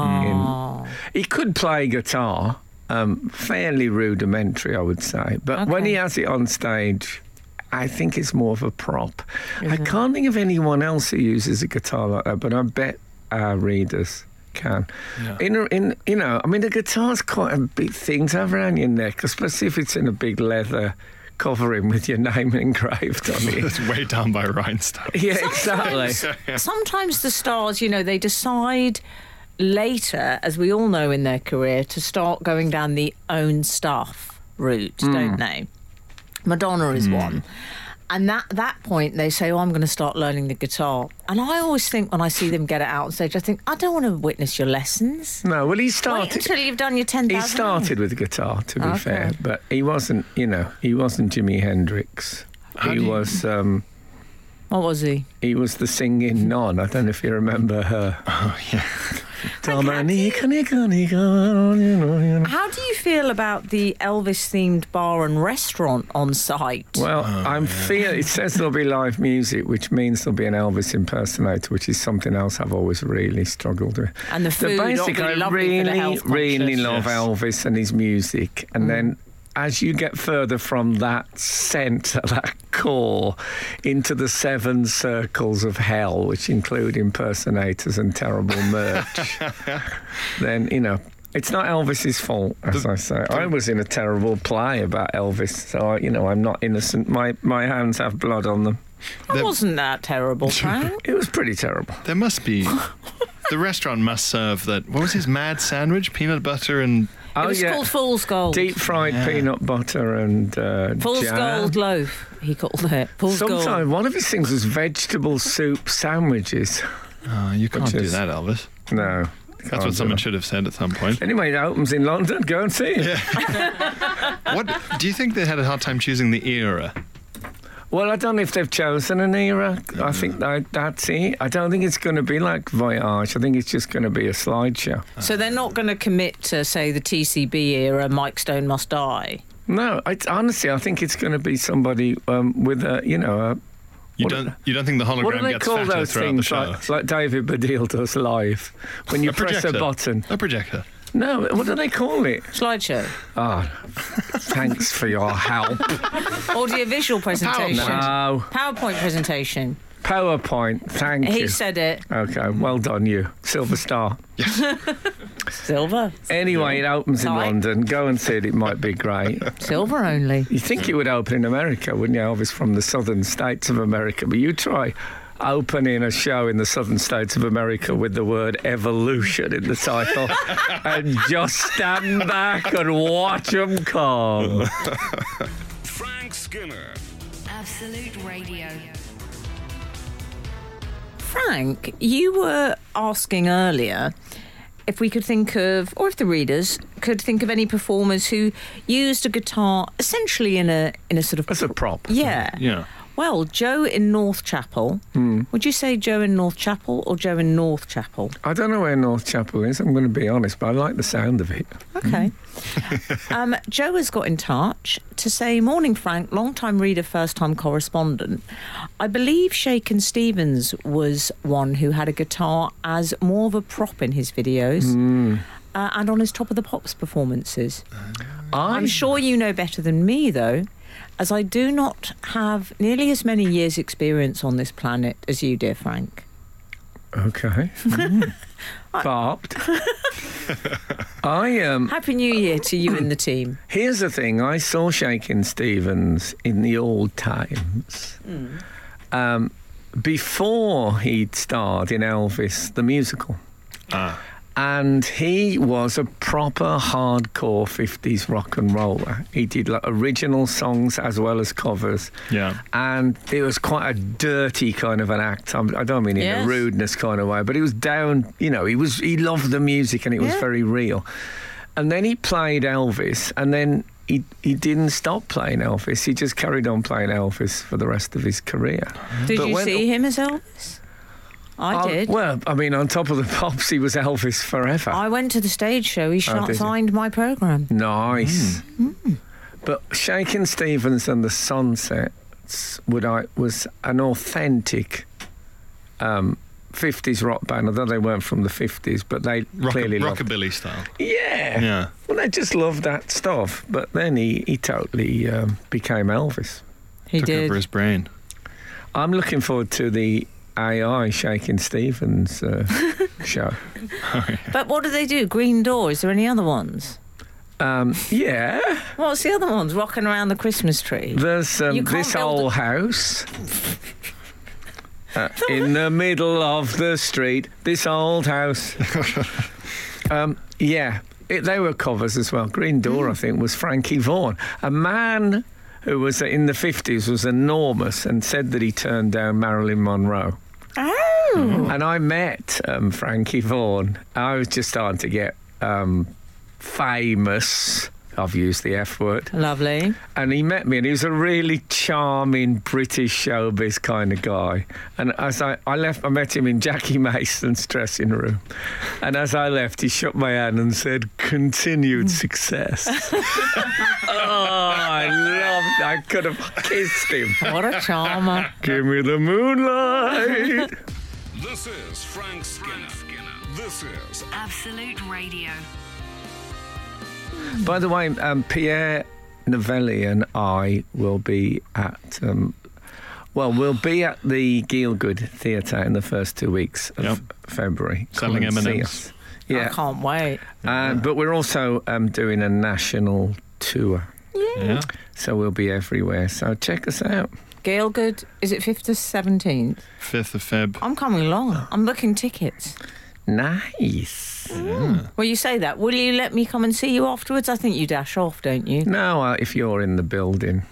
Oh. he could play guitar, um, fairly rudimentary, I would say. But when
Okay.
he has it on stage, I think it's more of a prop. I can't think of anyone else who uses a guitar like that, but I bet our readers can. In, a- in you know, I mean, the guitar's quite a big thing to have around your neck, especially if it's in a big leather covering with your name engraved on it.
It's way down by Rhinestone.
yeah, exactly.
Sometimes the stars, you know, they decide later, as we all know in their career, to start going down the own stuff route,
Hmm.
don't they? Madonna is one. And that that point, they say, "Oh, I'm going to start learning the guitar." And I always think when I see them get it out on stage, I think, "I don't want to witness your lessons.
No, well, he
Wait
started.
until you've done your ten
He
thousand.
started with the guitar, to be
Okay.
fair, but he wasn't. You know, he wasn't Jimi Hendrix. he
do you-
was. Um,
What was he?
he was the singing non. I don't know if you remember her.
Oh yeah.
Dominica, Nica, Nica, you know, you know.
How do you feel about the Elvis-themed bar and restaurant on site?
Well, I'm fear. It says there'll be live music, which means there'll be an Elvis impersonator, which is something else I've always really struggled with.
And the food ought to
basic,
be
I
lovely for the
really,
health
really
conscious. Mm.
love
Yes.
Elvis and his music, and then. As you get further from that centre, that core, into the seven circles of hell, which include impersonators and terrible merch, then, you know, it's not Elvis's fault, as I say. I was in a terrible play about Elvis, so, I, you know, I'm not innocent. My, my hands have blood on them.
That
There-
wasn't that terrible, Frank.
It was pretty terrible.
There must be. the restaurant must serve that. What was his mad sandwich? Peanut butter and.
it was called Fool's Gold.
Oh, Deep fried
Yeah.
peanut butter and uh,
Fool's
jam.
Gold loaf, he called it. Fool's Gold.
Sometimes one of his things was vegetable soup sandwiches.
Oh, you can't
Which
do
is-
that, Elvis.
No. can't
That's
do
what someone
that.
should have said at some point.
Anyway, it opens in London. Go and see it.
What do you think they had a hard time choosing the era?
Well, I don't know if they've chosen an era. I think that, that's it. I don't think it's going to be like Voyage. I think it's just going to be a slideshow.
So they're not going to commit to, say, the TCB era, Mike Stone Must Die.
No, it's, honestly, I think it's going to be somebody um, with a, you know, a,
You
What-
don't. You don't think the hologram
what do they
gets
call
fatter
those
throughout
things
the show?
like, like David Baddiel does live? When you press a
projector.
button.
A projector.
No, what do they call it?
Slideshow.
Ah, thanks for your help.
Audiovisual presentation.
No,
PowerPoint presentation.
Oh, PowerPoint. Thank
He
you.
said it.
Okay, well done, you. Silver Star.
Silver.
Anyway, it opens in
Sorry?
London. Go and see it. It might be great.
Silver only.
You think it would open in America, wouldn't you? Elvis from the southern states of America. But you try opening a show in the southern states of America with the word evolution in the title and just stand back and watch them come.
Frank Skinner.
Absolute Radio.
Frank, you were asking earlier if we could think of, or if the readers could think of any performers who used a guitar essentially in a in a sort of
That's a prop.
yeah.
Yeah.
Well, Joe in North Chapel. Would you say Joe in North Chapel or Joe in North Chapel?
I don't know where North Chapel is, I'm going to be honest, but I like the sound of it.
Okay. um, Joe has got in touch to say, Morning, Frank, long time reader, first time correspondent. I believe Shakin' Stevens was one who had a guitar as more of a prop in his videos uh, and on his Top of the Pops performances. I'm
I
sure you know better than me, though, as I do not have nearly as many years' experience on this planet as you, dear Frank.
Okay. Mm. Barbed. I um
Happy New Year to you and the team.
here's the thing, I saw Shakin' Stevens in the old times.
Hmm.
Um before he'd starred in Elvis the musical.
Ah.
And he was a proper hardcore 50s rock and roller. He did like original songs as well as covers.
Yeah.
and it was quite a dirty kind of an act. I'm, I don't mean in
Yes.
a rudeness kind of way, but it was down. You know, he was he loved the music and it was
Yeah.
very real. And then he played Elvis, and then he he didn't stop playing Elvis. He just carried on playing Elvis for the rest of his career.
Did
But
you
when-
see him as Elvis? I
Oh,
did.
Well, I mean, on top of the pops, he was Elvis forever.
I went to the stage show. He
Oh, did you?
signed my program.
Nice.
Mm.
But Shakin' Stevens and the Sunsets would I was an authentic um, 50s rock band, although they weren't from the 50s, but they
Rock-
clearly loved.
rockabilly style.
Yeah.
Yeah.
Well, they just loved that stuff. But then he he totally um, became Elvis.
He
Took
did.
over his brain.
I'm looking forward to the AI Shakin' Stevens uh, show.
But what do they do? Green Door. Is there any other ones?
Um, yeah.
What's the other ones?
um,
Rocking around the Christmas tree.
There's
You
um,
can't
this
build a-
old house. Uh, in the middle of the street, this old house. um, yeah, it, they were covers as well. Green Door, I think, was Frankie Vaughan, a man who was uh, in the 50s, was enormous, and said that he turned down Marilyn Monroe. Hmm.
Oh,
And I met um, Frankie Vaughan. I was just starting to get um, famous. I've used the F word.
lovely.
And he met me, and he was a really charming British showbiz kind of guy. And as I, I left, I met him in Jackie Mason's dressing room. And as I left, he shook my hand and said, "Continued success." oh, I loved. I could have kissed him.
What a charmer.
Give me the moonlight.
This is Frank Skinner. This is
Absolute Radio.
By the way, um, Pierre Novelli and I will be at. Um, well, we'll be at the Gielgud Theatre in the first two weeks of
Yep.
February. Come
Selling
and see
M&Ms.
us.
I
Yeah,
can't wait.
uh, but we're also um, doing a national tour,
Yeah.
so we'll be everywhere. So check us out.
Gailgood, is it 5th to 17th?
5th of Feb.
I'm coming along. I'm booking tickets.
Nice.
Well, you say that. Will you let me come and see you afterwards? I think you dash off, don't you?
Now, uh, if you're in the building,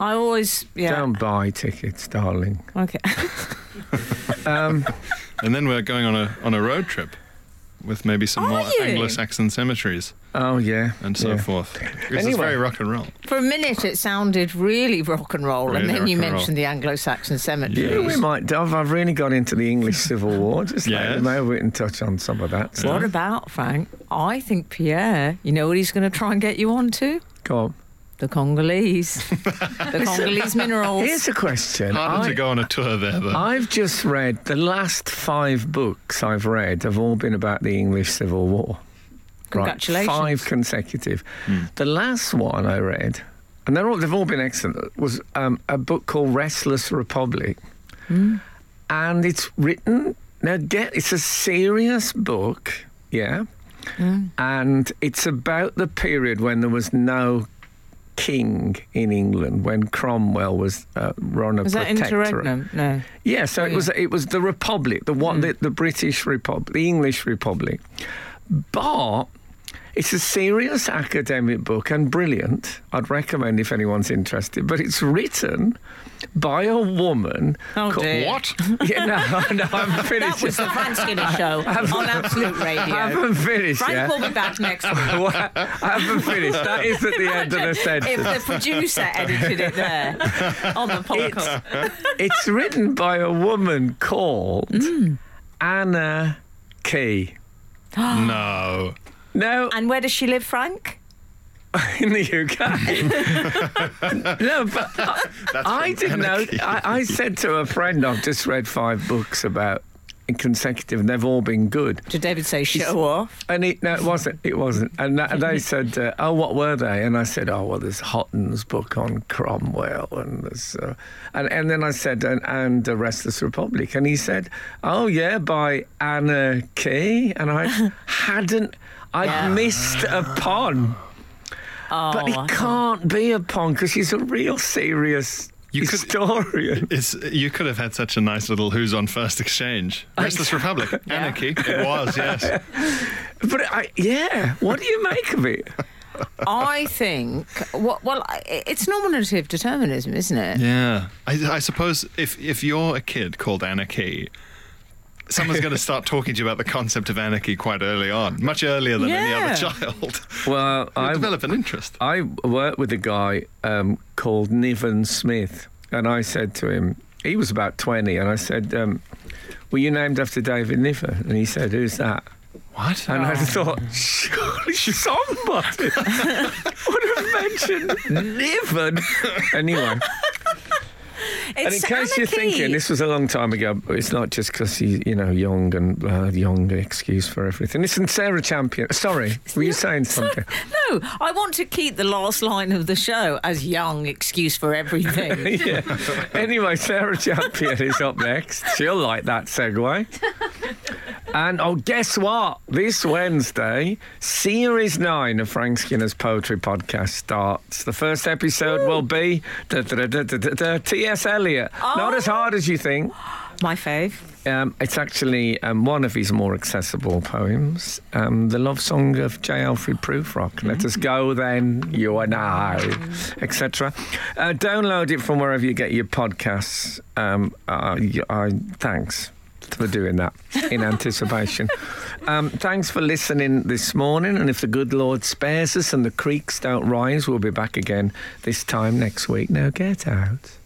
I always, yeah.
don't buy tickets, darling.
Okay.
And then we're going on a on a road trip with maybe some
Are
more
you?
Anglo-Saxon cemeteries
Oh yeah,
and so
yeah.
forth. Because it's
Anyway.
very rock and roll.
For a minute, it sounded really rock and roll, and
Really
then you
rock and roll.
mentioned the Anglo-Saxon
Yeah,
cemeteries.
we might. I've, I've really got into the English Civil War. Just
Yes.
like, maybe we can touch on some of that. So,
What about Frank? I think Pierre. You know what he's going to try and get you onto?
Go on.
The Congolese, the Congolese minerals.
Here's a question.
Harder
I,
to go on a tour there, though.
I've just read the last five books I've read have all been about the English Civil War. Right,
Congratulations.
five consecutive. The last one I read, and they're all, they've all been excellent, was um, a book called Restless Republic.
Hmm.
And it's written, now get, it's a serious book, yeah?
Hmm.
And it's about the period when there was no king in England, when Cromwell was uh, run a
Was that
protectorate.
interregnum? No.
Yeah, so it was it was the Republic, the
Mm.
one the, the British Republic, the English Republic. But it's a serious academic book and brilliant. I'd recommend if anyone's interested. But it's written by a woman.
Oh,
called-
dear.
what?
Yeah, no, no, I'm
That
finished.
was the Frank Skinner show on Absolute
I
Radio.
haven't finished
Frank
yet.
will be back next week.
I haven't finished. That is at the end of the sentence.
If the producer edited it there on the podcast,
It's written by a woman called
Mm.
Anna Key. Ah.
no.
No,
and where does she live, Frank?
in the UK. no, but I, I didn't know. I, I said to a friend, I've just read five books about consecutive, and they've all been good.
Did David say show off?
And it, no, it wasn't. It wasn't. And that, they said, uh, "Oh, what were they?" And I said, "Oh, well, there's Hotton's book on Cromwell, and there's, uh, and and then I said, and, and the Restless Republic." And he said, "Oh yeah, by Anna Key." And I hadn't. I'd missed a pun. But
I
it can't be a pun because she's a real serious
You could-
historian.
It's, you could have had such a nice little who's on first exchange. Restless Republic. Anarchy. It was, yes.
But I, yeah, what do you make of it?
I think. Well, well, I- it's nominative determinism, isn't it?
Yeah. I, I suppose if, if you're a kid called Anarchy, someone's going to start talking to you about the concept of anarchy quite early on, much earlier than
Yeah.
any other child.
Well,
You
I
develop an interest.
I worked with a guy um, called Niven Smith, and I said to him, he was about 20, and I said, um, Were you named after David Niven? And he said, Who's that?
What?
And I thought, surely somebody would have mentioned Niven. Anyway, and in
It's
case you're
anarchy.
thinking, this was a long time ago, but it's not just because he's, you know, young and uh, young excuse for everything. Listen, Sarah Champion. Sorry, were you saying something?
No, I want to keep the last line of the show as young excuse for everything.
yeah. Anyway, Sarah Champion is up next. She'll like that segue. And oh, guess what? This Wednesday, Series 9 of Frank Skinner's Poetry Podcast starts. The first
Oh!
episode will be da, da, da, da, da, da, T.S. Eliot. Not as hard as you think.
My fave.
Um, it's actually um, one of his more accessible poems, um, the love song of J. Alfred Prufrock. Let us go then, you and I, etc. Uh, download it from wherever you get your podcasts. Um, uh, y- I, thanks for doing that in anticipation. Um, thanks for listening this morning. And if the good Lord spares us and the creeks don't rise, we'll be back again this time next week. Now get out.